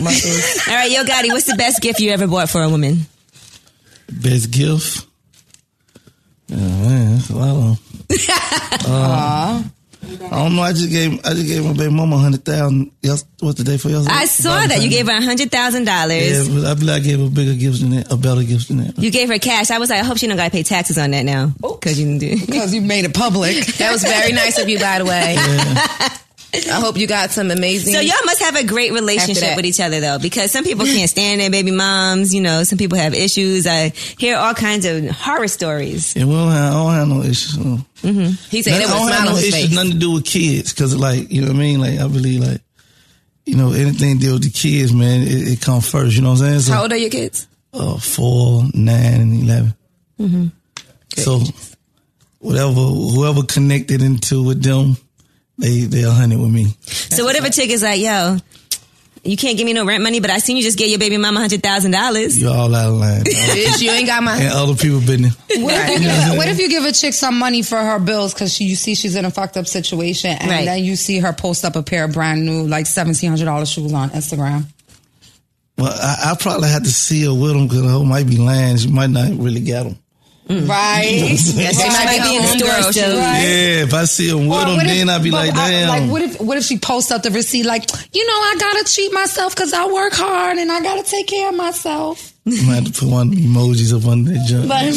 Speaker 1: [LAUGHS]
Speaker 5: muscles.
Speaker 1: All right, Yo Gotti, what's the best gift you ever bought for a woman?
Speaker 4: Best gift. Oh, man, that's a lot of 'em.
Speaker 1: [LAUGHS]
Speaker 4: Uh, I don't know. I just gave I just gave my baby mama a hundred thousand. What's the day for yesterday?
Speaker 1: I saw that you gave her hundred thousand
Speaker 4: Yeah,
Speaker 1: dollars.
Speaker 4: but I believe I gave her bigger gifts than that, a better gift than that.
Speaker 1: You gave her cash. I was like, I hope she don't gotta pay taxes on that now because you didn't do.
Speaker 2: because you made it public.
Speaker 5: [LAUGHS] That was very nice of you, by the way. I hope you got some amazing.
Speaker 1: [LAUGHS] So y'all must have a great
Speaker 5: After
Speaker 1: relationship
Speaker 5: that.
Speaker 1: with each other though, because some people can't stand their baby moms. You know, some people have issues. I hear all kinds of horror stories.
Speaker 4: Yeah, we don't have, I don't have no issues. No.
Speaker 5: he said
Speaker 4: I
Speaker 5: it was a
Speaker 4: don't have
Speaker 5: smile
Speaker 4: no
Speaker 5: on his
Speaker 4: issues.
Speaker 5: face.
Speaker 4: Nothing to do with kids, because like you know what I mean. Like I believe like you know anything deal with the kids, man, it, it comes first. You know what I'm saying? So,
Speaker 5: How old are your kids? Mm-hmm.
Speaker 4: uh, four, nine, and 11 So whatever, whoever connected into with them, they they a hundred with me.
Speaker 1: so whatever chick is like, yo, you can't give me no rent money, but I seen you just get your baby mama hundred thousand dollars.
Speaker 4: You're all out of
Speaker 5: [LAUGHS]
Speaker 4: line. dog.
Speaker 5: Bitch, you ain't got my.
Speaker 4: and other people business.
Speaker 2: What if, you give a, what if you give a chick some money for her bills because she, you see she's in a fucked up situation, and
Speaker 1: Right.
Speaker 2: then you see her post up a pair of brand new like seventeen hundred dollars shoes on Instagram?
Speaker 4: Well, I, I probably had to see her with them because I might be lying. She might not really got them.
Speaker 2: Right?
Speaker 5: Mm. [LAUGHS] Yes,
Speaker 1: She might be in the store still.
Speaker 4: Yeah, if I see them with
Speaker 2: Or
Speaker 4: them,
Speaker 2: what if-
Speaker 4: then I'd be
Speaker 2: but
Speaker 4: like,
Speaker 2: I-
Speaker 4: damn.
Speaker 2: like, what if what if she posts up the receipt? Like, you know, I gotta treat myself because I work hard and I gotta take care of myself.
Speaker 4: I'm gonna have to put one of the emojis up under that junk.
Speaker 2: But
Speaker 5: [LAUGHS]
Speaker 1: What,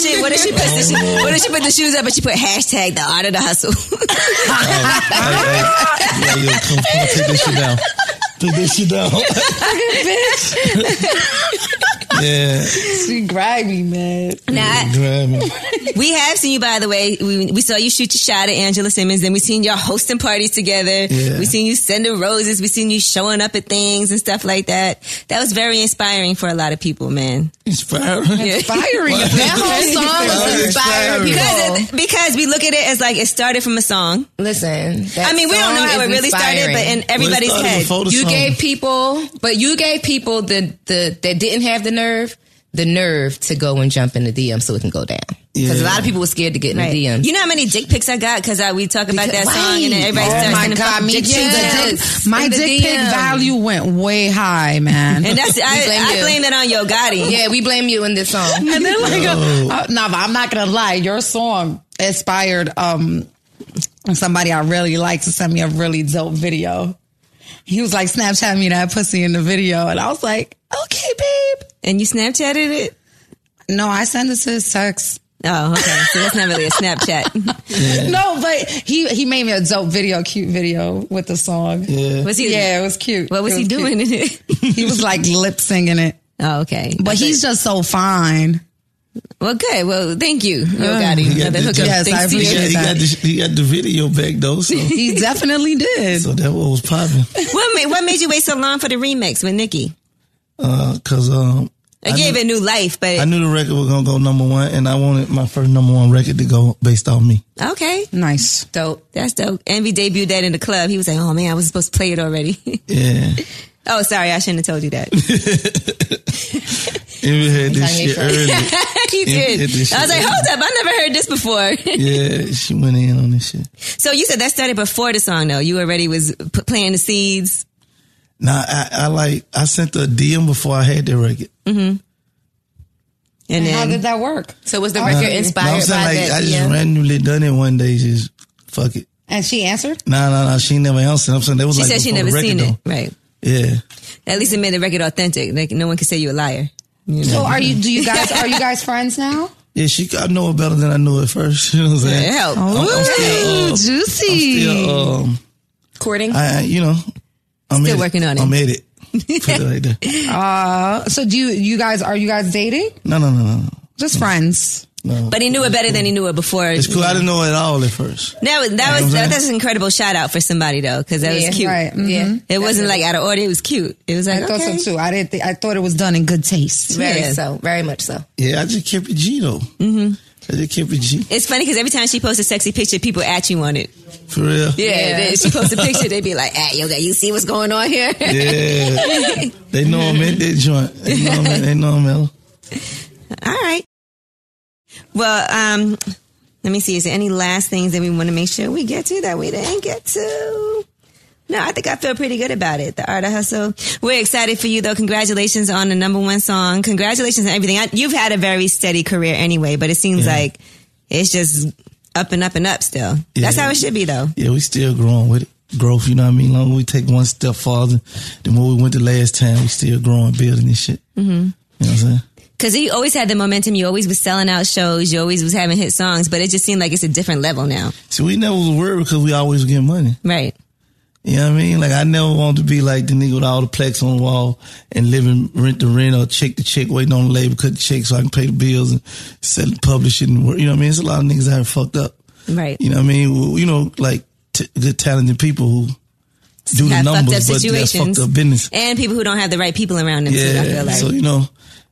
Speaker 1: she, what did she put? The, shoe- what did she put the shoes up? But she put hashtag the art of the hustle. [LAUGHS]
Speaker 4: Hey, hey, yo, yo, come, come on, take this shit down. Take this shit down.
Speaker 2: bitch,
Speaker 4: yeah.
Speaker 2: she grimy, man.
Speaker 1: now, I-
Speaker 4: Grab me.
Speaker 1: we have seen you, by the way. We, we saw you shoot your shot at Angela Simmons. Then we seen y'all hosting parties together.
Speaker 4: Yeah.
Speaker 1: We seen you sending roses. We seen you showing up at things and stuff like that. That was very inspiring for a lot of people, man.
Speaker 4: Inspiring.
Speaker 2: Firing.
Speaker 5: That whole song was inspiring
Speaker 1: Because,
Speaker 5: people.
Speaker 1: it- because we look at it as like it started from a song.
Speaker 5: Listen, that
Speaker 1: I mean, we don't
Speaker 5: song
Speaker 1: know how it
Speaker 5: is
Speaker 1: really started,
Speaker 5: inspiring.
Speaker 1: but in everybody's
Speaker 4: Well, it started
Speaker 1: head.
Speaker 4: before the
Speaker 5: you
Speaker 4: song.
Speaker 5: gave people, but you gave people the the that didn't have the nerve, the nerve to go and jump in the DM so it can go down. Because
Speaker 4: Yeah.
Speaker 5: a lot of people were scared to get in
Speaker 1: Right.
Speaker 5: the DM.
Speaker 1: You know how many dick pics I got because we talk about
Speaker 5: Because-
Speaker 1: that song and then everybody
Speaker 5: Right.
Speaker 1: starts
Speaker 5: Oh my
Speaker 1: sending
Speaker 5: God,
Speaker 1: fucking
Speaker 5: me
Speaker 1: dick
Speaker 5: too.
Speaker 1: pics.
Speaker 5: The dick-
Speaker 2: My
Speaker 5: In the
Speaker 2: dick pic
Speaker 5: DM.
Speaker 2: value went way high,
Speaker 1: [LAUGHS]
Speaker 2: man.
Speaker 1: And that's I,
Speaker 5: blame
Speaker 1: I
Speaker 5: you.
Speaker 1: blame that on Yo Gotti.
Speaker 5: yeah, we blame you in this song.
Speaker 2: And then like, uh, uh, no, but I'm not gonna lie. Your song inspired um somebody I really like to send me a really dope video. He was like, Snapchat me that pussy in the video, and I was like, okay, babe.
Speaker 1: And you Snapchatted it?
Speaker 2: No, I sent it to his text.
Speaker 1: Oh, okay. So that's not really a Snapchat.
Speaker 2: No, but he he made me a dope video, cute video with the song.
Speaker 4: Yeah.
Speaker 1: Was he?
Speaker 2: Yeah, it was cute.
Speaker 1: What was,
Speaker 2: It
Speaker 1: he
Speaker 2: cute.
Speaker 1: doing in it?
Speaker 2: He was like lip singing it,
Speaker 1: Oh, okay.
Speaker 2: but he's just so fine.
Speaker 1: well, good. Well, thank you, Yo Gotti.
Speaker 4: got
Speaker 1: Another
Speaker 4: the
Speaker 1: hookup.
Speaker 4: job.
Speaker 2: Yes,
Speaker 1: Thanks
Speaker 2: I
Speaker 1: to you.
Speaker 4: He got, he, got the, he got the video back though, so,
Speaker 2: He definitely did.
Speaker 4: so that what was popping.
Speaker 1: What made, what made you wait so long for the remix with Nikki?
Speaker 4: Uh, cause um,
Speaker 1: I, gave it new life, but
Speaker 4: I knew the record was gonna go number one, and I wanted my first number one record to go based off me.
Speaker 1: okay.
Speaker 2: Nice.
Speaker 5: Dope.
Speaker 1: That's dope. Envy debuted that in the club. He was like, oh man, I was supposed to play it already. [LAUGHS]
Speaker 4: Yeah,
Speaker 1: oh, sorry. I shouldn't have told you that.
Speaker 4: and we had this
Speaker 5: Kanye
Speaker 4: shit
Speaker 5: first.
Speaker 4: early.
Speaker 1: [LAUGHS] he did.
Speaker 4: It- it is
Speaker 1: I was like,
Speaker 4: shit.
Speaker 1: hold up. I never heard this before. [LAUGHS]
Speaker 4: Yeah, she went in on this shit.
Speaker 1: so you said that started before the song though. You already was p- playing the seeds.
Speaker 4: Nah, I, I like I sent her a DM before I had the record.
Speaker 1: And
Speaker 2: How
Speaker 1: then,
Speaker 2: did that work?
Speaker 5: So was the record
Speaker 4: No,
Speaker 5: inspired
Speaker 4: I'm saying
Speaker 5: by
Speaker 4: like
Speaker 5: that?
Speaker 4: I just
Speaker 5: yeah.
Speaker 4: randomly done it one day. Just fuck it.
Speaker 2: And she answered.
Speaker 4: Nah, nah, nah. She never answered. I'm saying that was
Speaker 1: she
Speaker 4: like
Speaker 1: said she
Speaker 4: before
Speaker 1: never
Speaker 4: the record,
Speaker 1: seen it.
Speaker 4: though.
Speaker 1: Right.
Speaker 4: Yeah.
Speaker 1: At least it made the record authentic. Like no one could say you a liar.
Speaker 2: So are you? Do you guys? Are you guys friends now?
Speaker 4: Yeah, she. I know her better than I knew her first. [LAUGHS] You know what I'm saying?
Speaker 1: It
Speaker 2: Oh,
Speaker 1: helped.
Speaker 4: I'm, I'm still, uh, I'm
Speaker 2: juicy.
Speaker 4: still, um,
Speaker 5: Courting?
Speaker 4: I, I- you know, I'm
Speaker 1: Still
Speaker 4: at
Speaker 1: working on it.
Speaker 4: I'm at it. Put it like
Speaker 1: [LAUGHS]
Speaker 4: that. uh,
Speaker 2: so do you? You guys? Are you guys dating?
Speaker 4: No, no, no, no, no.
Speaker 2: Just friends.
Speaker 1: But he knew it better than he knew it before.
Speaker 4: It's cool. I didn't know it all at first.
Speaker 1: That was that
Speaker 4: You know
Speaker 1: was
Speaker 4: what I'm
Speaker 1: that, that's an incredible shout out for somebody though, because that
Speaker 5: Yeah,
Speaker 1: was cute.
Speaker 2: Right. mhm.
Speaker 5: Yeah.
Speaker 1: It wasn't like out of order. It was cute. It was like
Speaker 2: I thought
Speaker 1: okay.
Speaker 2: so too. I didn't. Th- I thought it was done in good taste.
Speaker 5: Very
Speaker 1: Yeah.
Speaker 5: so. Very much so.
Speaker 4: Yeah, I just kept it G though. Mm-hmm. I just kept it G
Speaker 1: It's funny because every time she posts a sexy picture, people at you on it.
Speaker 4: for real.
Speaker 1: Yeah, They, she posts a picture, they be like, "At yoga, you see what's going on here."
Speaker 4: Yeah. they know I'm at that joint. They know I'm at, they know I'm at.
Speaker 1: All right. Well, um, let me see. Is there any last things that we want to make sure we get to that we didn't get to? No, I think I feel pretty good about it. The Art of Hustle. We're excited for you though. Congratulations on the number one song. Congratulations on everything. I, you've had a very steady career anyway, but it seems
Speaker 4: Yeah.
Speaker 1: like it's just up and up and up still. That's
Speaker 4: Yeah.
Speaker 1: how it should be though.
Speaker 4: Yeah, we still growing with it. Growth, you know what I mean? Long as we take one step farther than where we went the last time, we still growing, building this shit. Mm-hmm. You know what I'm saying?
Speaker 1: Cause you always had the momentum. You always was selling out shows. You always was having hit songs, but it just seemed like it's a different level now.
Speaker 4: See, we never was worried because we always get money.
Speaker 1: Right.
Speaker 4: You know what I mean? Like I never wanted to be like the nigga with all the plaques on the wall and living rent to rent or check to check, waiting on the label cut the check so I can pay the bills and sell publish it and work. You know what I mean? There's a lot of niggas out here fucked up.
Speaker 1: Right.
Speaker 4: You know what I mean? Well, you know, like t- good talented people who do the
Speaker 1: have fucked
Speaker 4: numbers,
Speaker 1: up
Speaker 4: but they have
Speaker 1: situations.
Speaker 4: fucked
Speaker 1: [LAUGHS]
Speaker 4: up business.
Speaker 1: and people who don't have the right people around them. too, I feel like.
Speaker 4: So you know,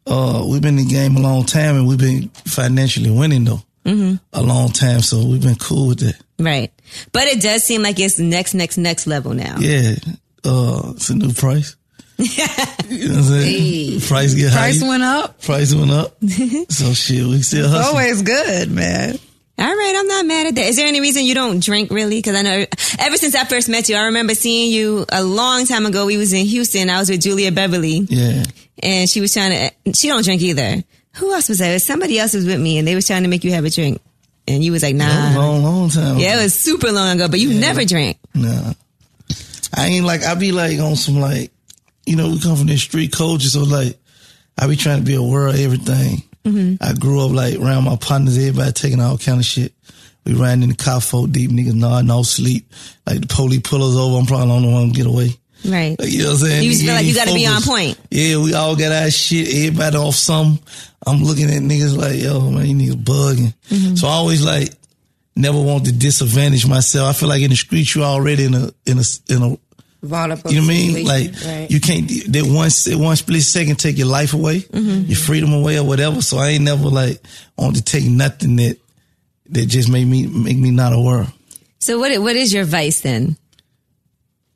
Speaker 4: uh, we've been in the game a long time and we've been financially winning though
Speaker 1: Mm-hmm.
Speaker 4: a long time. So we've been cool with that.
Speaker 1: right, but it does seem like it's next, next, next level now.
Speaker 4: Yeah, uh, it's a
Speaker 1: [LAUGHS]
Speaker 4: new price. you know what I'm saying? Price get
Speaker 2: Price
Speaker 4: high.
Speaker 2: went up.
Speaker 4: price went up.
Speaker 1: [LAUGHS]
Speaker 4: so shit, we still hustling.
Speaker 2: Always good, man.
Speaker 1: All right, I'm not mad at that. Is there any reason you don't drink really? Because I know ever since I first met you, I remember seeing you a long time ago. We was in Houston. I was with Julia Beverly,
Speaker 4: Yeah,
Speaker 1: and she was trying to. She don't drink either. Who else was there? Somebody else was with me, and they was trying to make you have a drink, and you was like,
Speaker 4: that was a
Speaker 1: Nah.
Speaker 4: long, long time.
Speaker 1: Uh-huh. Yeah, it was super long ago, but you never drank.
Speaker 4: Nah, I ain't like I be like on some like you know we come from this street culture, so like I be trying to be aware of everything. I grew up like around my partners, everybody taking all kind of shit. We ran in the car four deep, niggas nodding off sleep. Like the police pull us over, I'm probably the only one to get away.
Speaker 1: Right.
Speaker 4: Like, you know what I'm saying?
Speaker 1: You just feel like you gotta be on
Speaker 4: focused.
Speaker 1: point.
Speaker 4: Yeah, we all got our shit. Everybody off some. I'm looking at niggas like, yo, man, you niggas bugging.
Speaker 1: Mm-hmm.
Speaker 4: So I always like never want to disadvantage myself. I feel like in the streets, you already in a in a in a
Speaker 5: Vulnerable.
Speaker 4: you know what I mean? Like
Speaker 5: situation, right.
Speaker 4: you can't that one se- one split second take your life away,
Speaker 1: Mm-hmm.
Speaker 4: your freedom away, or whatever. So I ain't never like want to take nothing that that just made me make me not aware.
Speaker 1: So what? What is your vice then?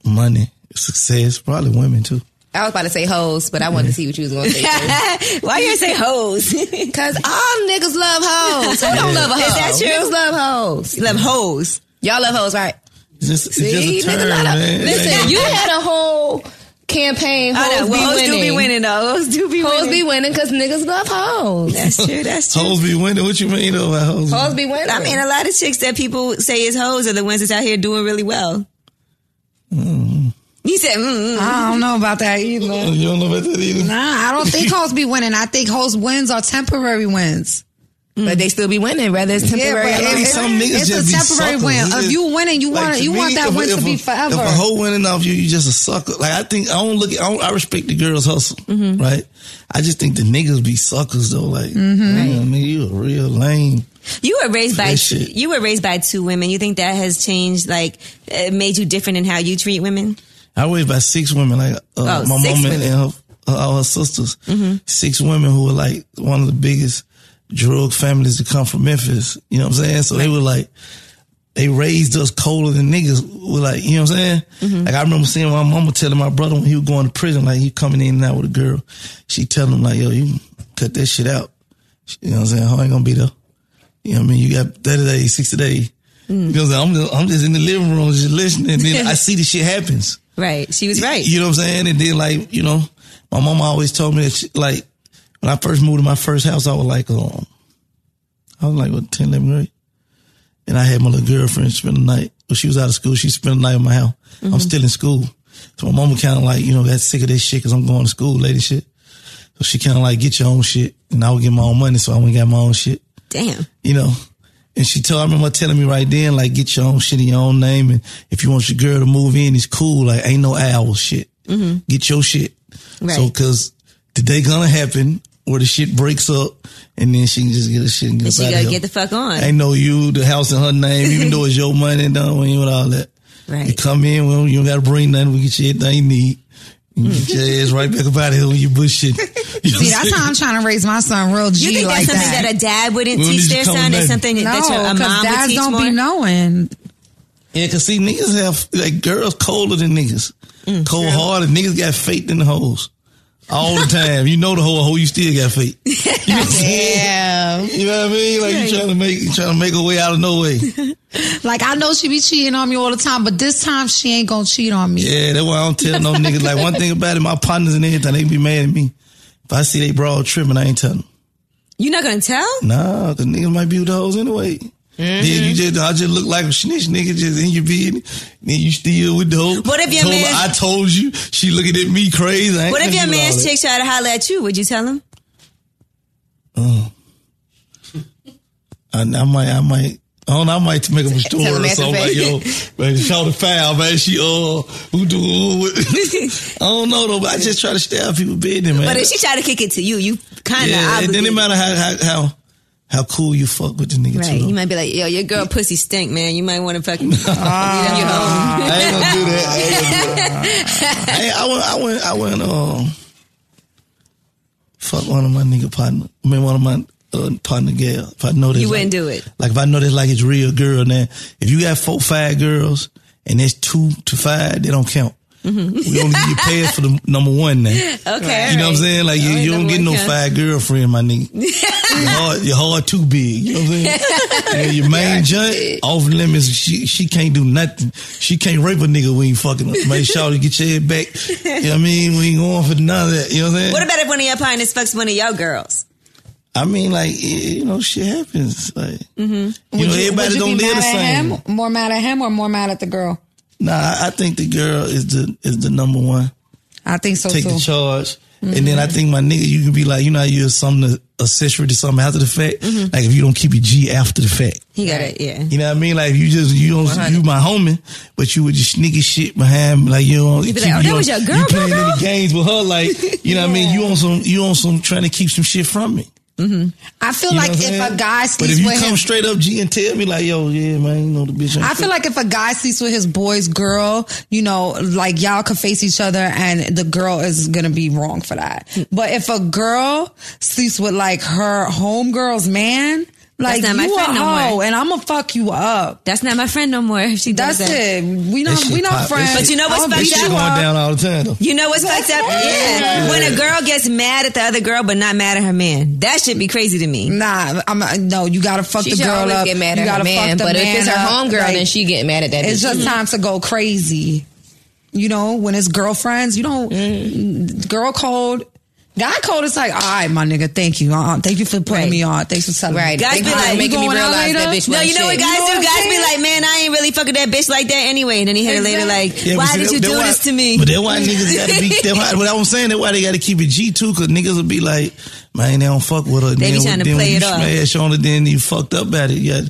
Speaker 4: Money, success, probably women too.
Speaker 5: I was about to say hoes, but I wanted to see what you was going to say.
Speaker 1: Why you say [LAUGHS] hoes? you
Speaker 5: Because all niggas love hoes. Who don't love a hoe?
Speaker 1: Is that true?
Speaker 5: Niggas love hoes.
Speaker 1: love hoes.
Speaker 5: Y'all love hoes, right?
Speaker 4: It's just, it's
Speaker 5: See,
Speaker 4: just a term,
Speaker 5: niggas love
Speaker 4: man. [LAUGHS]
Speaker 5: hoes. Listen, you had a whole campaign. Hoes,
Speaker 1: Oh, no,
Speaker 5: be,
Speaker 1: well, hoes
Speaker 5: winning.
Speaker 1: do be winning though. Hoes do be
Speaker 5: Hoes
Speaker 1: winning.
Speaker 5: be winning because niggas love hoes.
Speaker 1: that's true. That's true.
Speaker 4: Hoes be winning. What you mean though? By hoes?
Speaker 5: Hoes be winning.
Speaker 1: I mean, a lot of chicks that people say is hoes are the ones that's out here doing really well. Hmm. You said, mm, mm.
Speaker 2: I don't know about that either.
Speaker 4: you don't know about that either.
Speaker 2: Nah, I don't think hoes be winning. I think hoes wins are temporary wins.
Speaker 5: but they still be winning, whether it's temporary
Speaker 2: but it-
Speaker 5: or long
Speaker 4: Like,
Speaker 2: it-
Speaker 5: term.
Speaker 4: some niggas
Speaker 2: it's
Speaker 4: just
Speaker 2: a
Speaker 4: be
Speaker 2: temporary
Speaker 4: suckers.
Speaker 2: win.
Speaker 4: You
Speaker 2: If
Speaker 4: just-
Speaker 2: you winning, you want-
Speaker 4: to
Speaker 2: you want that win to
Speaker 4: if
Speaker 2: be
Speaker 4: a-
Speaker 2: forever.
Speaker 4: If a hoe winning off you, you just a sucker. Like I think I don't look. at- I, don't, I respect the girls' hustle,
Speaker 2: Mm-hmm.
Speaker 4: right? I just think the niggas be suckers though. Like,
Speaker 2: Mm-hmm.
Speaker 4: man, I mean, you a real lame.
Speaker 1: you were raised by
Speaker 4: That shit.
Speaker 1: you were raised by two women. You think that has changed, like, uh, made you different in how you treat women?
Speaker 4: I raised by six women. Like uh,
Speaker 1: Oh,
Speaker 4: my
Speaker 1: six
Speaker 4: mama
Speaker 1: women. Mm-hmm.
Speaker 4: and her uh, our sisters, six women who were like one of the biggest drug families to come from Memphis. You know what I'm saying? So they were like, they raised us colder than niggas. We're like, you know what I'm saying?
Speaker 1: Mm-hmm.
Speaker 4: Like I remember seeing my mama telling my brother when he was going to prison, like he coming in and out with a girl. She telling him like, yo, you cut that shit out. You know what I'm saying? I ain't gonna be there. You know what I mean? You got 30 days, 60 days.
Speaker 1: Mm.
Speaker 4: You know what I'm saying? I'm just, I'm just in the living room just listening.
Speaker 1: [LAUGHS]
Speaker 4: And then I see the shit happens.
Speaker 1: Right. She was right.
Speaker 4: You know what I'm saying? And then like, you know, my mama always told me that she, like when I first moved to my first house, I was like, um, I was like what, 10, 11 grade. And I had my little girlfriend spend the night. When she was out of school, she spent the night in my house.
Speaker 1: Mm-hmm.
Speaker 4: I'm still in school. So my mama kind of like, you know, got sick of this shit because I'm going to school late and shit. So she kind of like, get your own shit. And I would get my own money. So I went and got my own shit
Speaker 1: Damn.
Speaker 4: you know. And she told, I remember her telling me right then, like, get your own shit in your own name. And if you want your girl to move in, it's cool. Like, ain't no owl shit. Get your shit. So,
Speaker 1: Mm-hmm. Right.
Speaker 4: cause today gonna happen where the shit breaks up and then she can just get her shit and get
Speaker 1: And she
Speaker 4: up out of
Speaker 1: gotta
Speaker 4: here.
Speaker 1: get the fuck on.
Speaker 4: Ain't no you, the house in her name, even though it's your money and done with all that.
Speaker 1: Right.
Speaker 4: You come in, well, you don't gotta bring nothing. We get you everything you need. You
Speaker 1: Mm.
Speaker 4: get your ass right back up out of here when you
Speaker 1: [LAUGHS]
Speaker 4: bullshit.
Speaker 2: See, that's how I'm trying to raise my son real G
Speaker 1: You think
Speaker 2: like
Speaker 1: that's something that. a dad wouldn't
Speaker 4: Well,
Speaker 1: teach
Speaker 4: did you
Speaker 1: their
Speaker 4: come
Speaker 1: son? Is
Speaker 4: back?
Speaker 1: something that your,
Speaker 2: no,
Speaker 1: a mom would
Speaker 2: dads
Speaker 1: teach
Speaker 2: don't
Speaker 1: more?
Speaker 2: be knowing.
Speaker 4: Yeah, cause see, niggas have like girls colder than niggas, cold hearted. Niggas got faith in the hoes all the time. you know the whole hoe, you still got faith. You know what I'm saying?
Speaker 2: Yeah.
Speaker 4: You know what I mean? Like you trying to make you trying to make a way out of no way.
Speaker 2: Like I know she be cheating on me all the time, but this time she ain't gonna cheat on me.
Speaker 4: Yeah, that's why I don't tell no niggas. Like one thing about it, my partners and everything, they be mad at me. If I see they broad tripping, I ain't telling. Them.
Speaker 1: You're not gonna tell?
Speaker 4: Mm. Nah, cause niggas might be with the hoes anyway.
Speaker 1: Mm-hmm.
Speaker 4: Then you just, I just look like a snitch, nigga, just in your bed. Then you still with the hoe.
Speaker 1: What if your
Speaker 4: told her,
Speaker 1: man-
Speaker 4: I told you. She looking at me crazy. I ain't
Speaker 1: What if
Speaker 4: gonna
Speaker 1: your
Speaker 4: do all
Speaker 1: man's
Speaker 4: that.
Speaker 1: chick tried to holler at you? Would you tell him?
Speaker 4: I, I might, I might. I don't know, I might make
Speaker 1: [LAUGHS]
Speaker 4: up a story
Speaker 5: tell
Speaker 4: or
Speaker 5: him after
Speaker 4: something like,
Speaker 5: the
Speaker 4: yo, man, shout the foul, man. She, uh, who do, who, what?
Speaker 1: [LAUGHS]
Speaker 4: I don't know though, but I just try to stay out of people's business, man.
Speaker 1: But if she tried to kick it to you, you kind of
Speaker 4: yeah, it didn't matter how, how, how, how cool you fuck with the nigga
Speaker 1: Right.
Speaker 4: too.
Speaker 1: You
Speaker 4: though.
Speaker 1: might be like, yo, your girl pussy stink, man. You might want to
Speaker 4: [LAUGHS]
Speaker 1: fucking.
Speaker 2: Ah.
Speaker 1: get out your home.
Speaker 4: I ain't gonna do that. I ain't gonna do that. I, ain't- I went, I went, I went, um, fuck one of my nigga partner. I mean, one of my uh, partner gal. If I know this,
Speaker 1: You wouldn't
Speaker 4: like-
Speaker 1: do it.
Speaker 4: Like if I know this, like it's real girl. Now, if you got four, five girls, and it's two to five, they don't count.
Speaker 1: Mm-hmm.
Speaker 4: We only get paid for the number one now.
Speaker 1: [LAUGHS] Okay.
Speaker 4: You know what I'm saying? Like you,
Speaker 1: Only
Speaker 4: you don't
Speaker 1: number
Speaker 4: get
Speaker 1: one
Speaker 4: no
Speaker 1: counts.
Speaker 4: five girlfriend,
Speaker 2: [LAUGHS]
Speaker 4: my nigga. your heart, your heart too big. You know what I'm
Speaker 2: [LAUGHS]
Speaker 4: saying? And your main junk off limits. She she can't do nothing. She can't rape a nigga when you fucking her. Make sure to get your head back. You know what I mean? We ain't going for none of that. You know what I'm saying?
Speaker 1: What about if one of your partners fucks one of your girls?
Speaker 4: I mean, like you know, shit happens. Like you know,
Speaker 2: Mm-hmm. Would you-
Speaker 4: everybody
Speaker 2: would you
Speaker 4: don't
Speaker 2: be
Speaker 4: live
Speaker 2: mad
Speaker 4: the
Speaker 2: at
Speaker 4: same.
Speaker 2: Him, more mad at him or more mad at the girl?
Speaker 4: Nah, I, I think the girl is the is the number one.
Speaker 2: I think so
Speaker 4: take
Speaker 2: too.
Speaker 4: the charge. And then I think my nigga, you can be like, you know, how you're some accessory to something after the fact. Like if you don't keep your G after the fact,
Speaker 1: He got it. Yeah.
Speaker 4: you know what I mean? Like if you just you don't you my homie, but you would just sneaky shit behind, like you don't.
Speaker 1: be like, "Oh, that was your girl,
Speaker 4: You
Speaker 1: girl,
Speaker 4: playing
Speaker 1: girl."
Speaker 4: any games with her? Like you know what I mean? You on some you on some trying to keep some shit from me.
Speaker 2: I feel
Speaker 4: You know
Speaker 2: like if
Speaker 4: what I'm saying?
Speaker 2: a guy
Speaker 4: but if
Speaker 2: sleeps
Speaker 4: you
Speaker 2: with
Speaker 4: come
Speaker 2: him,
Speaker 4: straight up G and tell me like, yo, yeah, man, you know the bitch. ain't
Speaker 2: I feel like if a guy sleeps with his boy's girl, you know, like y'all could face each other and the girl is going to be wrong for that. But if a girl sleeps with like her homegirl's man, like
Speaker 1: not
Speaker 2: you
Speaker 1: my
Speaker 2: a
Speaker 1: friend no more.
Speaker 2: hoe and I'm going to fuck you up.
Speaker 1: That's not my friend no more. If she does
Speaker 2: That's
Speaker 1: that.
Speaker 2: it. We
Speaker 4: That
Speaker 2: not
Speaker 4: shit
Speaker 2: um, we
Speaker 4: pop.
Speaker 2: not
Speaker 4: That
Speaker 2: friends.
Speaker 4: shit-
Speaker 1: But you know what's
Speaker 2: I'm
Speaker 4: That
Speaker 2: gonna
Speaker 1: fucked
Speaker 4: shit
Speaker 2: beat
Speaker 1: up?
Speaker 4: going
Speaker 2: you
Speaker 4: down all the time. Though.
Speaker 1: You know what's fucked up?
Speaker 2: right.
Speaker 1: Yeah.
Speaker 2: Yeah.
Speaker 1: When a girl gets mad at the other girl but not mad at her man. That should be crazy to me.
Speaker 2: Nah, I'm uh, no. You gotta fuck
Speaker 5: She
Speaker 2: the
Speaker 5: should
Speaker 2: girl
Speaker 5: always
Speaker 2: up.
Speaker 5: get mad
Speaker 2: you
Speaker 5: at
Speaker 2: gotta
Speaker 5: her man,
Speaker 2: fuck the
Speaker 5: but
Speaker 2: man
Speaker 5: if it's her
Speaker 2: up.
Speaker 5: homegirl,
Speaker 2: Like,
Speaker 5: then she getting mad at that.
Speaker 2: It's
Speaker 5: bitch.
Speaker 2: just time to go crazy. You know, when it's girlfriends, you don't
Speaker 5: Mm-hmm.
Speaker 2: girl code. Guy code is like, all right, my nigga, thank you, uh-uh, thank you for putting
Speaker 1: Right.
Speaker 2: me on, thanks for telling
Speaker 5: Right.
Speaker 2: me.
Speaker 1: Guys
Speaker 5: Thank
Speaker 1: be
Speaker 5: you
Speaker 2: All
Speaker 5: for
Speaker 1: like,
Speaker 2: right, we
Speaker 5: making me
Speaker 2: going out
Speaker 5: realize
Speaker 2: later?
Speaker 5: that bitch
Speaker 1: No,
Speaker 5: wasn't
Speaker 1: you know what
Speaker 5: shit.
Speaker 1: guys
Speaker 2: You
Speaker 1: do?
Speaker 2: know what I'm
Speaker 1: guys be
Speaker 2: saying?
Speaker 1: like, man, I ain't really fucking that bitch like that anyway. And then he hit her later like,
Speaker 4: Yeah, but
Speaker 1: why
Speaker 4: see,
Speaker 1: did
Speaker 4: that-
Speaker 1: you
Speaker 4: that
Speaker 1: do
Speaker 4: why-
Speaker 1: this to me?
Speaker 4: But
Speaker 1: [LAUGHS]
Speaker 4: that's why niggas gotta be. That's why, what I was saying, that's why they gotta keep it G too, cause niggas will be like, man, they don't fuck with her.
Speaker 1: They be
Speaker 4: then,
Speaker 1: trying to
Speaker 4: then
Speaker 1: play
Speaker 4: when
Speaker 1: it
Speaker 4: you
Speaker 1: off.
Speaker 4: Smash on it, then you fucked up at it. Yeah.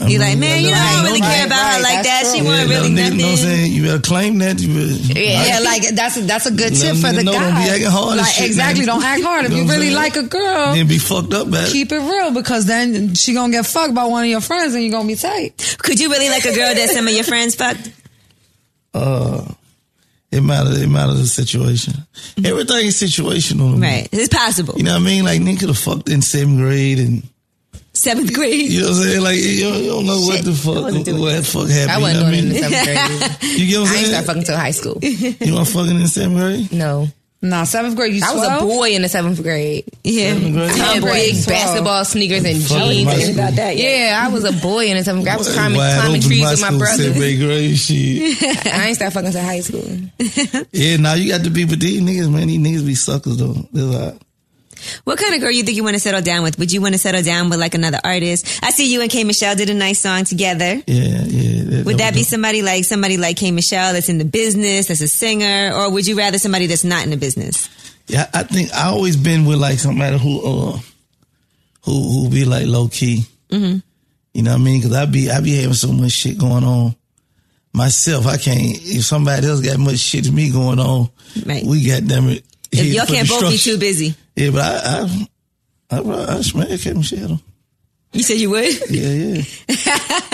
Speaker 4: I
Speaker 1: You're like,
Speaker 4: mean,
Speaker 1: man, you know, I don't really
Speaker 4: nobody-
Speaker 1: care about her
Speaker 2: right,
Speaker 1: like that.
Speaker 2: that's
Speaker 1: She
Speaker 2: true.
Speaker 1: wasn't
Speaker 4: Yeah,
Speaker 1: really
Speaker 4: no, nigga, You know what I'm
Speaker 1: nothing.
Speaker 4: saying? You better claim that. You
Speaker 1: [LAUGHS]
Speaker 4: better,
Speaker 5: Yeah.
Speaker 2: Yeah, like that's a, that's a good
Speaker 4: Let
Speaker 2: tip
Speaker 4: them
Speaker 2: for the
Speaker 4: know, don't
Speaker 2: guy.
Speaker 4: be acting hard as
Speaker 2: like
Speaker 4: shit, man.
Speaker 2: exactly, don't act hard. If
Speaker 4: You know
Speaker 2: you
Speaker 4: what I'm
Speaker 2: really
Speaker 4: saying?
Speaker 2: like a girl,
Speaker 4: Then be fucked up at it.
Speaker 2: keep it real because then she gonna get fucked by one of your friends and you gonna be tight.
Speaker 4: [LAUGHS]
Speaker 1: Could you really like a girl that some of your friends fucked?
Speaker 4: It matters. It matters the situation. Everything is situational. to me.
Speaker 1: Mm-hmm. Right. It's possible.
Speaker 4: You know what I mean? Like nigga could have fucked in seventh grade, and
Speaker 1: Seventh grade.
Speaker 4: you know what I'm saying? Like you don't, you don't know what the fuck what, the fuck happened.
Speaker 5: I
Speaker 4: you
Speaker 5: wasn't
Speaker 4: know
Speaker 5: doing it in the
Speaker 4: what
Speaker 5: seventh grade. [LAUGHS] either.
Speaker 4: I mean? You get what
Speaker 5: I
Speaker 4: I'm
Speaker 5: ain't start
Speaker 4: saying?
Speaker 5: fucking till high school.
Speaker 4: you want fucking in seventh grade?
Speaker 5: No.
Speaker 2: Nah, seventh grade, you
Speaker 5: I was a boy in the seventh grade.
Speaker 1: Yeah.
Speaker 4: Seventh grade?
Speaker 5: I had
Speaker 2: Seventh
Speaker 5: big
Speaker 2: grade.
Speaker 5: basketball sneakers and
Speaker 4: Fucking
Speaker 5: jeans.
Speaker 4: my
Speaker 5: and-
Speaker 4: school.
Speaker 5: Yeah, I was a boy in the seventh grade. I was
Speaker 4: Wide
Speaker 5: climbing, climbing
Speaker 4: open
Speaker 5: trees
Speaker 4: my
Speaker 5: with my
Speaker 4: school,
Speaker 5: brother.
Speaker 4: Seventh grade shit.
Speaker 5: [LAUGHS] I ain't start fucking till high school.
Speaker 4: yeah, now you got to be with these niggas, man. These niggas be suckers though. They're like,
Speaker 1: What kind of girl you think you want to settle down with? Would you want to settle down with like another artist? I see you and K Michelle did a nice song together.
Speaker 4: yeah, yeah.
Speaker 1: Would that be
Speaker 4: was dope.
Speaker 1: somebody like somebody like K Michelle that's in the business, that's a singer, or would you rather somebody that's not in the business?
Speaker 4: Yeah, I think I always been with like somebody who uh who who be like low key.
Speaker 1: Mm-hmm.
Speaker 4: You know what I mean? Because I be I be having so much shit going on myself. I can't. If somebody else got much shit to me going on,
Speaker 1: Right.
Speaker 4: we got damn it.
Speaker 1: If
Speaker 4: here
Speaker 1: y'all
Speaker 4: for
Speaker 1: can't both be
Speaker 4: destruction.
Speaker 1: too busy.
Speaker 4: Yeah, but I I I, I, I smack Kevin Shadow.
Speaker 1: You said you would?
Speaker 4: Yeah, yeah.
Speaker 1: [LAUGHS]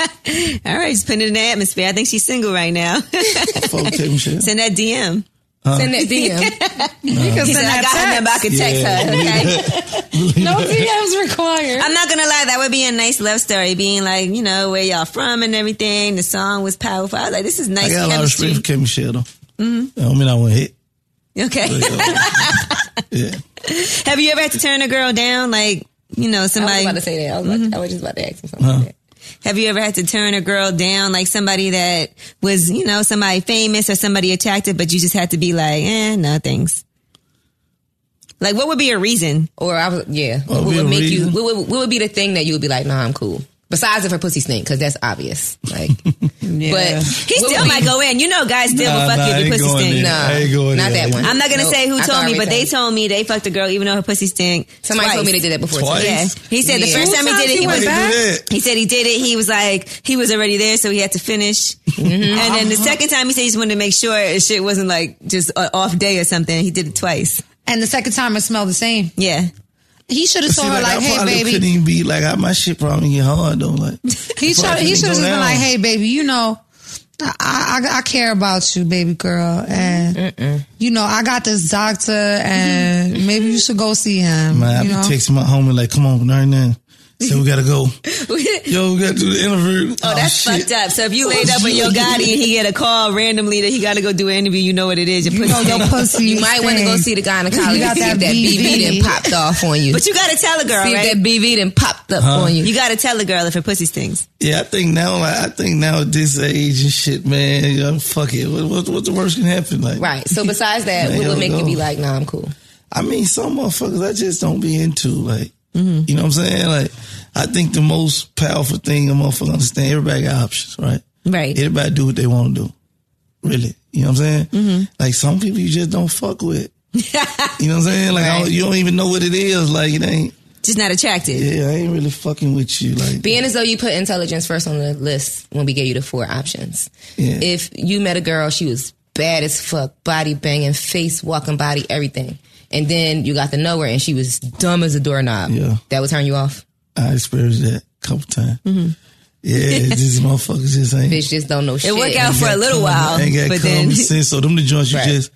Speaker 1: All right, just putting it in the atmosphere. I think she's single right now. [LAUGHS]
Speaker 4: Fuck Kevin Shadow.
Speaker 1: Send that DM.
Speaker 5: Send that DM.
Speaker 4: Uh-huh.
Speaker 2: You can
Speaker 1: He said, I got her number. I could text her.
Speaker 4: [LAUGHS]
Speaker 1: Okay.
Speaker 2: No DMs required.
Speaker 1: I'm not going to lie. That would be a nice love story. Being like, you know, where y'all from and everything. The song was powerful. I was like, this is
Speaker 4: I
Speaker 1: nice
Speaker 4: got a lot of
Speaker 1: chemistry.
Speaker 4: respect for Kevin Shadow.
Speaker 1: Mm-hmm.
Speaker 4: I don't mean I want to
Speaker 1: [LAUGHS]
Speaker 4: hit.
Speaker 1: Okay.
Speaker 4: but, uh, yeah.
Speaker 1: [LAUGHS] Have you ever had to turn a girl down? Like, you know,
Speaker 5: I was
Speaker 1: somebody. Mm-hmm.
Speaker 5: about to say that. I was, about I was just about to ask him something like that.
Speaker 1: Have you ever had to turn a girl down, like somebody that was, you know, somebody famous or somebody attractive, but you just had to be like, eh, no thanks. Like, what would be a reason?
Speaker 5: Or I was, yeah. What
Speaker 4: be
Speaker 5: would
Speaker 4: a
Speaker 5: make
Speaker 4: reason?
Speaker 5: you? What would, what would be the thing that you would be like? Nah, I'm cool. Besides if her pussy stink, because that's obvious. Like, but
Speaker 1: He still might go in. You know, guys still will
Speaker 4: Nah,
Speaker 1: fuck
Speaker 4: nah,
Speaker 1: you if
Speaker 4: I ain't
Speaker 1: your pussy
Speaker 4: going
Speaker 1: stink.
Speaker 4: there.
Speaker 5: Nah,
Speaker 4: I ain't going
Speaker 5: not
Speaker 4: there.
Speaker 5: that one.
Speaker 1: I'm not gonna
Speaker 5: Nope.
Speaker 1: say who
Speaker 5: I
Speaker 1: told me,
Speaker 5: already
Speaker 1: but they
Speaker 5: told you.
Speaker 1: told me they fucked a girl even though her pussy stink.
Speaker 5: Somebody
Speaker 1: twice.
Speaker 5: told me they did that before.
Speaker 4: Twice?
Speaker 5: too.
Speaker 1: Yeah, he said the
Speaker 5: Yeah.
Speaker 1: first time he did it, he
Speaker 4: Why
Speaker 1: was
Speaker 4: you do that?
Speaker 1: He said he did it. He was like, he was already there, so he had to finish. And then the second time, he said he just wanted to make sure his shit wasn't like just an off day or something. He did it twice.
Speaker 2: And the second time it smelled the same.
Speaker 1: Yeah.
Speaker 2: He should have
Speaker 4: See,
Speaker 2: told her like,
Speaker 4: I
Speaker 2: "Hey,
Speaker 4: probably
Speaker 2: baby."
Speaker 4: couldn't even be like I, my shit probably get hard though.
Speaker 1: [LAUGHS]
Speaker 4: Like
Speaker 2: He should
Speaker 4: probably
Speaker 2: he should have
Speaker 4: couldn't go
Speaker 2: just been
Speaker 4: down.
Speaker 2: like, "Hey, baby, you know, I I, I care about you, baby girl, and you know, I got this doctor, and maybe you should go see him."
Speaker 4: man, I
Speaker 2: you
Speaker 4: be
Speaker 2: know?
Speaker 4: texting my homie like, "Come on, right now." So we
Speaker 1: [LAUGHS]
Speaker 4: gotta go. Yo, we gotta do the interview.
Speaker 1: Oh, that's fucked up. So if
Speaker 4: Oh,
Speaker 1: you laid up with your guy and he get a call randomly that he got to go do an interview, you know what it is. Your
Speaker 2: you
Speaker 1: pussy [LAUGHS]
Speaker 2: know
Speaker 4: [LAUGHS]
Speaker 2: your
Speaker 1: stink.
Speaker 2: pussy.
Speaker 5: You might want to go see the gynecologist.
Speaker 2: You got
Speaker 5: see
Speaker 2: that
Speaker 5: if that
Speaker 2: BV.
Speaker 5: BV then popped off on you.
Speaker 1: But you got to tell a girl,
Speaker 5: see if
Speaker 1: right?
Speaker 5: that BV then popped up on you.
Speaker 1: You got to tell a girl if her pussy stings.
Speaker 4: [LAUGHS] Yeah, I think now, like, I think now at this age and shit, man, you know, fuck it. What, what, what the worst can happen? Like,
Speaker 5: Right. So besides that,
Speaker 4: Man,
Speaker 5: what
Speaker 4: hell
Speaker 5: would make
Speaker 4: no.
Speaker 5: you be like, nah, I'm cool?
Speaker 4: [LAUGHS] I mean, some motherfuckers I just don't be into. Like,
Speaker 1: Mm-hmm.
Speaker 4: you know what I'm saying? Like, I think the most powerful thing a motherfucker understand, everybody got options, right?
Speaker 1: Right.
Speaker 4: Everybody do what they want to do. Really. You know what I'm saying?
Speaker 1: Mm-hmm.
Speaker 4: Like, some people you just don't
Speaker 1: [LAUGHS]
Speaker 4: fuck with. you know what I'm saying? Like, I don't, you don't even know what it is. Like, it ain't,
Speaker 1: Just not attractive.
Speaker 4: yeah, I ain't really fucking with you. Like,
Speaker 5: Being as though you put intelligence first on the list when we gave you the four options.
Speaker 4: Yeah.
Speaker 5: If you met a girl, she was bad as fuck, body banging, face walking, body everything. And then you got to know her and she was dumb as a doorknob.
Speaker 4: Yeah.
Speaker 5: That would turn you off.
Speaker 4: I experienced that a couple times.
Speaker 1: Mm-hmm.
Speaker 4: Yeah,
Speaker 1: [LAUGHS]
Speaker 4: these motherfuckers just ain't.
Speaker 5: Bitch just don't know shit.
Speaker 1: It worked out for a
Speaker 5: [LAUGHS]
Speaker 1: little while,
Speaker 4: ain't got
Speaker 1: but
Speaker 4: common
Speaker 1: then
Speaker 4: sense. So them the joints you
Speaker 5: Right.
Speaker 4: just,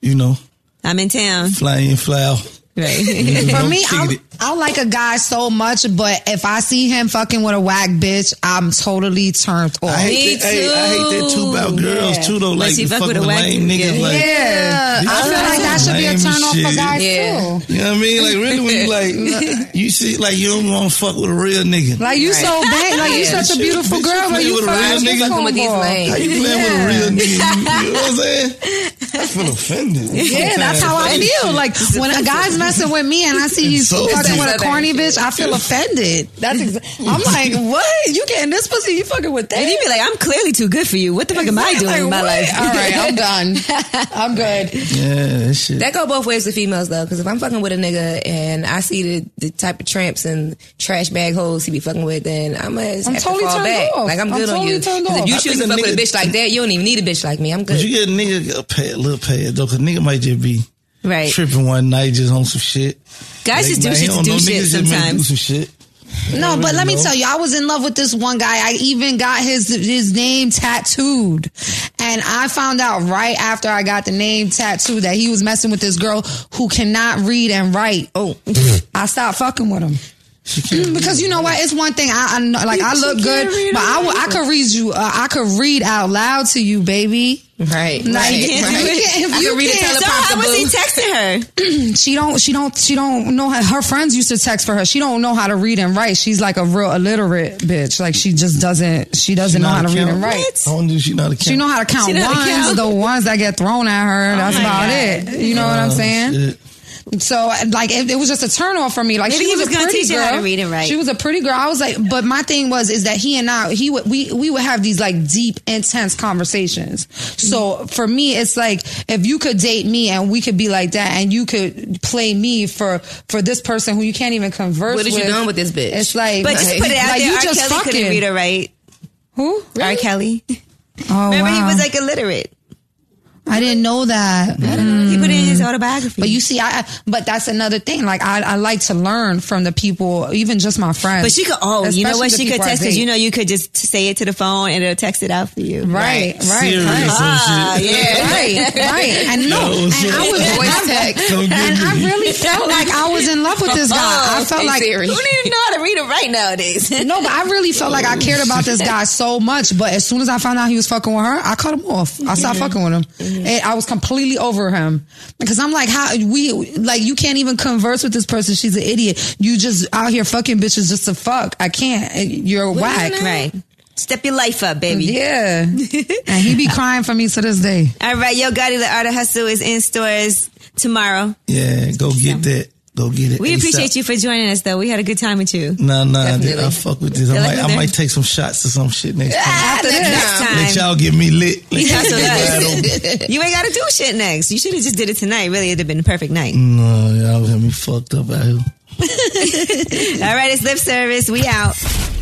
Speaker 4: you know,
Speaker 1: [LAUGHS] I'm in town.
Speaker 4: fly in,
Speaker 1: [LAUGHS]
Speaker 4: fly out.
Speaker 1: Right.
Speaker 2: For me,
Speaker 4: Don't
Speaker 2: I'm,
Speaker 4: take it.
Speaker 2: I like a guy so much, but if I see him fucking with a whack bitch, I'm totally turned off.
Speaker 4: I hate, that, hey, I hate that too about girls too though. Like
Speaker 1: she
Speaker 4: the
Speaker 1: fuck
Speaker 4: fucking
Speaker 1: with a
Speaker 4: with
Speaker 1: white
Speaker 4: lame
Speaker 1: dude,
Speaker 4: niggas.
Speaker 1: yeah.
Speaker 4: Like,
Speaker 2: yeah, I
Speaker 4: These
Speaker 2: feel like that should be a
Speaker 4: lame
Speaker 2: turn off for
Speaker 4: shit.
Speaker 2: guys
Speaker 5: Yeah.
Speaker 2: too.
Speaker 4: You know what I mean? Like really, when
Speaker 2: [LAUGHS]
Speaker 4: you like you see, like you don't want to fuck with a real nigga.
Speaker 2: Like you so bad, like you
Speaker 5: Yeah.
Speaker 2: such a beautiful
Speaker 4: Bitch, you
Speaker 2: girl, but
Speaker 4: play
Speaker 2: you
Speaker 4: with a real
Speaker 2: fucking
Speaker 4: nigga? Fucking
Speaker 5: with these
Speaker 2: cornball.
Speaker 5: lames.
Speaker 4: How you playing
Speaker 2: Yeah.
Speaker 4: with a real nigga? You, you know
Speaker 2: [LAUGHS]
Speaker 4: what I'm saying? I feel offended.
Speaker 2: Yeah, that's how I feel. Like when a guy's messing with me and I see you
Speaker 4: So
Speaker 2: fucking with a
Speaker 5: bad.
Speaker 2: corny bitch, I feel offended. That's exa-
Speaker 4: [LAUGHS]
Speaker 2: I'm [LAUGHS] like, what? You getting this pussy? You fucking with that?
Speaker 1: And he'd be like, I'm clearly too good for you. What the fuck am I doing
Speaker 2: [LAUGHS] Like,
Speaker 1: in my
Speaker 2: what?
Speaker 1: life?
Speaker 2: All right, I'm [LAUGHS] done. I'm good.
Speaker 4: Yeah, that shit.
Speaker 5: [LAUGHS] That go both ways with females though, because if I'm fucking with a nigga and I see the, the type of tramps and trash bag hoes he be fucking with, then I'm gonna have
Speaker 2: totally
Speaker 5: to fall
Speaker 2: turned
Speaker 5: back.
Speaker 2: off.
Speaker 5: Like I'm
Speaker 2: I'm
Speaker 5: good on
Speaker 2: totally
Speaker 5: you.
Speaker 2: turned
Speaker 5: 'Cause
Speaker 2: off.
Speaker 5: if you
Speaker 4: I
Speaker 5: choose
Speaker 4: think
Speaker 5: to
Speaker 4: a
Speaker 5: fuck with a
Speaker 4: nigga-
Speaker 5: bitch like that, you don't even need a bitch like me. I'm
Speaker 4: but
Speaker 5: good.
Speaker 4: you get a nigga a pad, little pad though, 'cause nigga might just be
Speaker 1: Right.
Speaker 4: tripping one night just on some shit.
Speaker 1: Guys just do
Speaker 4: man,
Speaker 1: shit
Speaker 4: he
Speaker 1: to
Speaker 4: don't
Speaker 1: do
Speaker 4: know. Niggas
Speaker 1: shit
Speaker 4: just may Do
Speaker 1: sometimes.
Speaker 4: some shit.
Speaker 2: No, but let me
Speaker 4: know.
Speaker 2: tell you, I was in love with this one guy. I even got his his name tattooed, and I found out right after I got the name tattooed that he was messing with this girl who cannot read and write.
Speaker 5: [LAUGHS]
Speaker 2: Oh, I stopped fucking with him. mm, Because you know what, it's one thing I, I know, like. I look good, but I, w- I could read you. Uh, I could read out loud to you, baby.
Speaker 5: Right.
Speaker 2: Like [LAUGHS]
Speaker 5: right,
Speaker 2: you can't,
Speaker 5: right.
Speaker 2: if you
Speaker 5: I can read a
Speaker 2: can't-
Speaker 1: So how was he texting her?
Speaker 2: she don't she don't she don't know how, her friends used to text for her she don't know how to read and write she's like a real illiterate bitch like she just doesn't she doesn't know how to read and write
Speaker 4: How long does she know how to count?
Speaker 2: she know how to count
Speaker 1: She know how to
Speaker 2: ones
Speaker 1: count. Oh
Speaker 2: the ones that get thrown at her that's about it you know what i'm
Speaker 4: Oh,
Speaker 2: saying
Speaker 4: shit.
Speaker 2: so like it, it was just a turn off for me. Like
Speaker 1: Maybe
Speaker 2: she
Speaker 1: he
Speaker 2: was,
Speaker 1: was
Speaker 2: a
Speaker 1: gonna
Speaker 2: pretty
Speaker 1: teach
Speaker 2: girl.
Speaker 1: you how to read and write.
Speaker 2: She was a pretty girl. I was like, but my thing was is that he and I he would we we would have these like deep intense conversations.
Speaker 1: Mm-hmm.
Speaker 2: So for me, it's like if you could date me and we could be like that, and you could play me for for this person who you can't even converse.
Speaker 5: What is you
Speaker 2: with,
Speaker 5: doing with this bitch?
Speaker 2: It's like,
Speaker 1: But just put it out
Speaker 2: like,
Speaker 1: there.
Speaker 2: You
Speaker 1: R.
Speaker 2: just
Speaker 1: Kelly
Speaker 2: fucking
Speaker 1: couldn't read or write.
Speaker 2: who?
Speaker 1: R. Kelly.
Speaker 2: Oh
Speaker 1: Remember,
Speaker 2: wow!
Speaker 1: he was like Mm-hmm. illiterate.
Speaker 2: I didn't know that.
Speaker 1: He put it in his autobiography.
Speaker 2: Mm. But you see, I, I but that's another thing. Like I, I like to learn from the people, even just my friends.
Speaker 1: But she could. Oh, you know what?
Speaker 2: Especially the
Speaker 1: She could
Speaker 2: people I
Speaker 1: text because
Speaker 2: date.
Speaker 1: you know you could just say it to the phone and it'll text it out for you.
Speaker 2: [LAUGHS] Right, right,
Speaker 4: Serious
Speaker 2: right. Ah,
Speaker 4: or shit.
Speaker 1: yeah.
Speaker 2: right,
Speaker 1: [LAUGHS]
Speaker 2: right. And no,
Speaker 4: Yo,
Speaker 2: and
Speaker 4: so-
Speaker 2: I was
Speaker 5: Voice
Speaker 2: [LAUGHS]
Speaker 4: [LAUGHS]
Speaker 5: text.
Speaker 4: Don't
Speaker 2: And
Speaker 4: get
Speaker 2: I
Speaker 4: me.
Speaker 2: really felt like I was in love with this guy. I felt
Speaker 5: Hey,
Speaker 2: like
Speaker 5: Siri.
Speaker 1: Who need to know how to read and write nowadays? [LAUGHS]
Speaker 2: no, but I really felt like I cared about this guy so much. But as soon as I found out he was fucking with her, I cut him off. I stopped fucking with him. And I was completely over him because I'm like, how we like you can't even converse with this person. She's an idiot. You just out here fucking bitches just to fuck. I can't. You're whack.
Speaker 1: right. Step your life up, baby.
Speaker 2: Yeah. and he be crying for me to this day.
Speaker 1: All right, Yo Gotti, the Art of Hustle is in stores tomorrow.
Speaker 4: Yeah, go get that. Go get it.
Speaker 1: We appreciate you for joining us, though. We had a good time with you.
Speaker 4: No, no,
Speaker 5: Definitely.
Speaker 4: I fuck with this. I
Speaker 1: like
Speaker 4: might,
Speaker 1: it there?
Speaker 4: I might take some shots or some shit
Speaker 1: [LAUGHS]
Speaker 4: next time.
Speaker 1: After
Speaker 5: next
Speaker 1: next
Speaker 5: time.
Speaker 1: time,
Speaker 4: Let y'all get me
Speaker 1: [LAUGHS]
Speaker 4: lit. Let y'all
Speaker 1: That's what
Speaker 4: get wide
Speaker 1: it
Speaker 4: open.
Speaker 1: you ain't got to do shit next. You should have just did it tonight. Really, it'd have been the perfect night.
Speaker 4: No, y'all got me fucked up out here.
Speaker 1: All right, it's lip service. We out.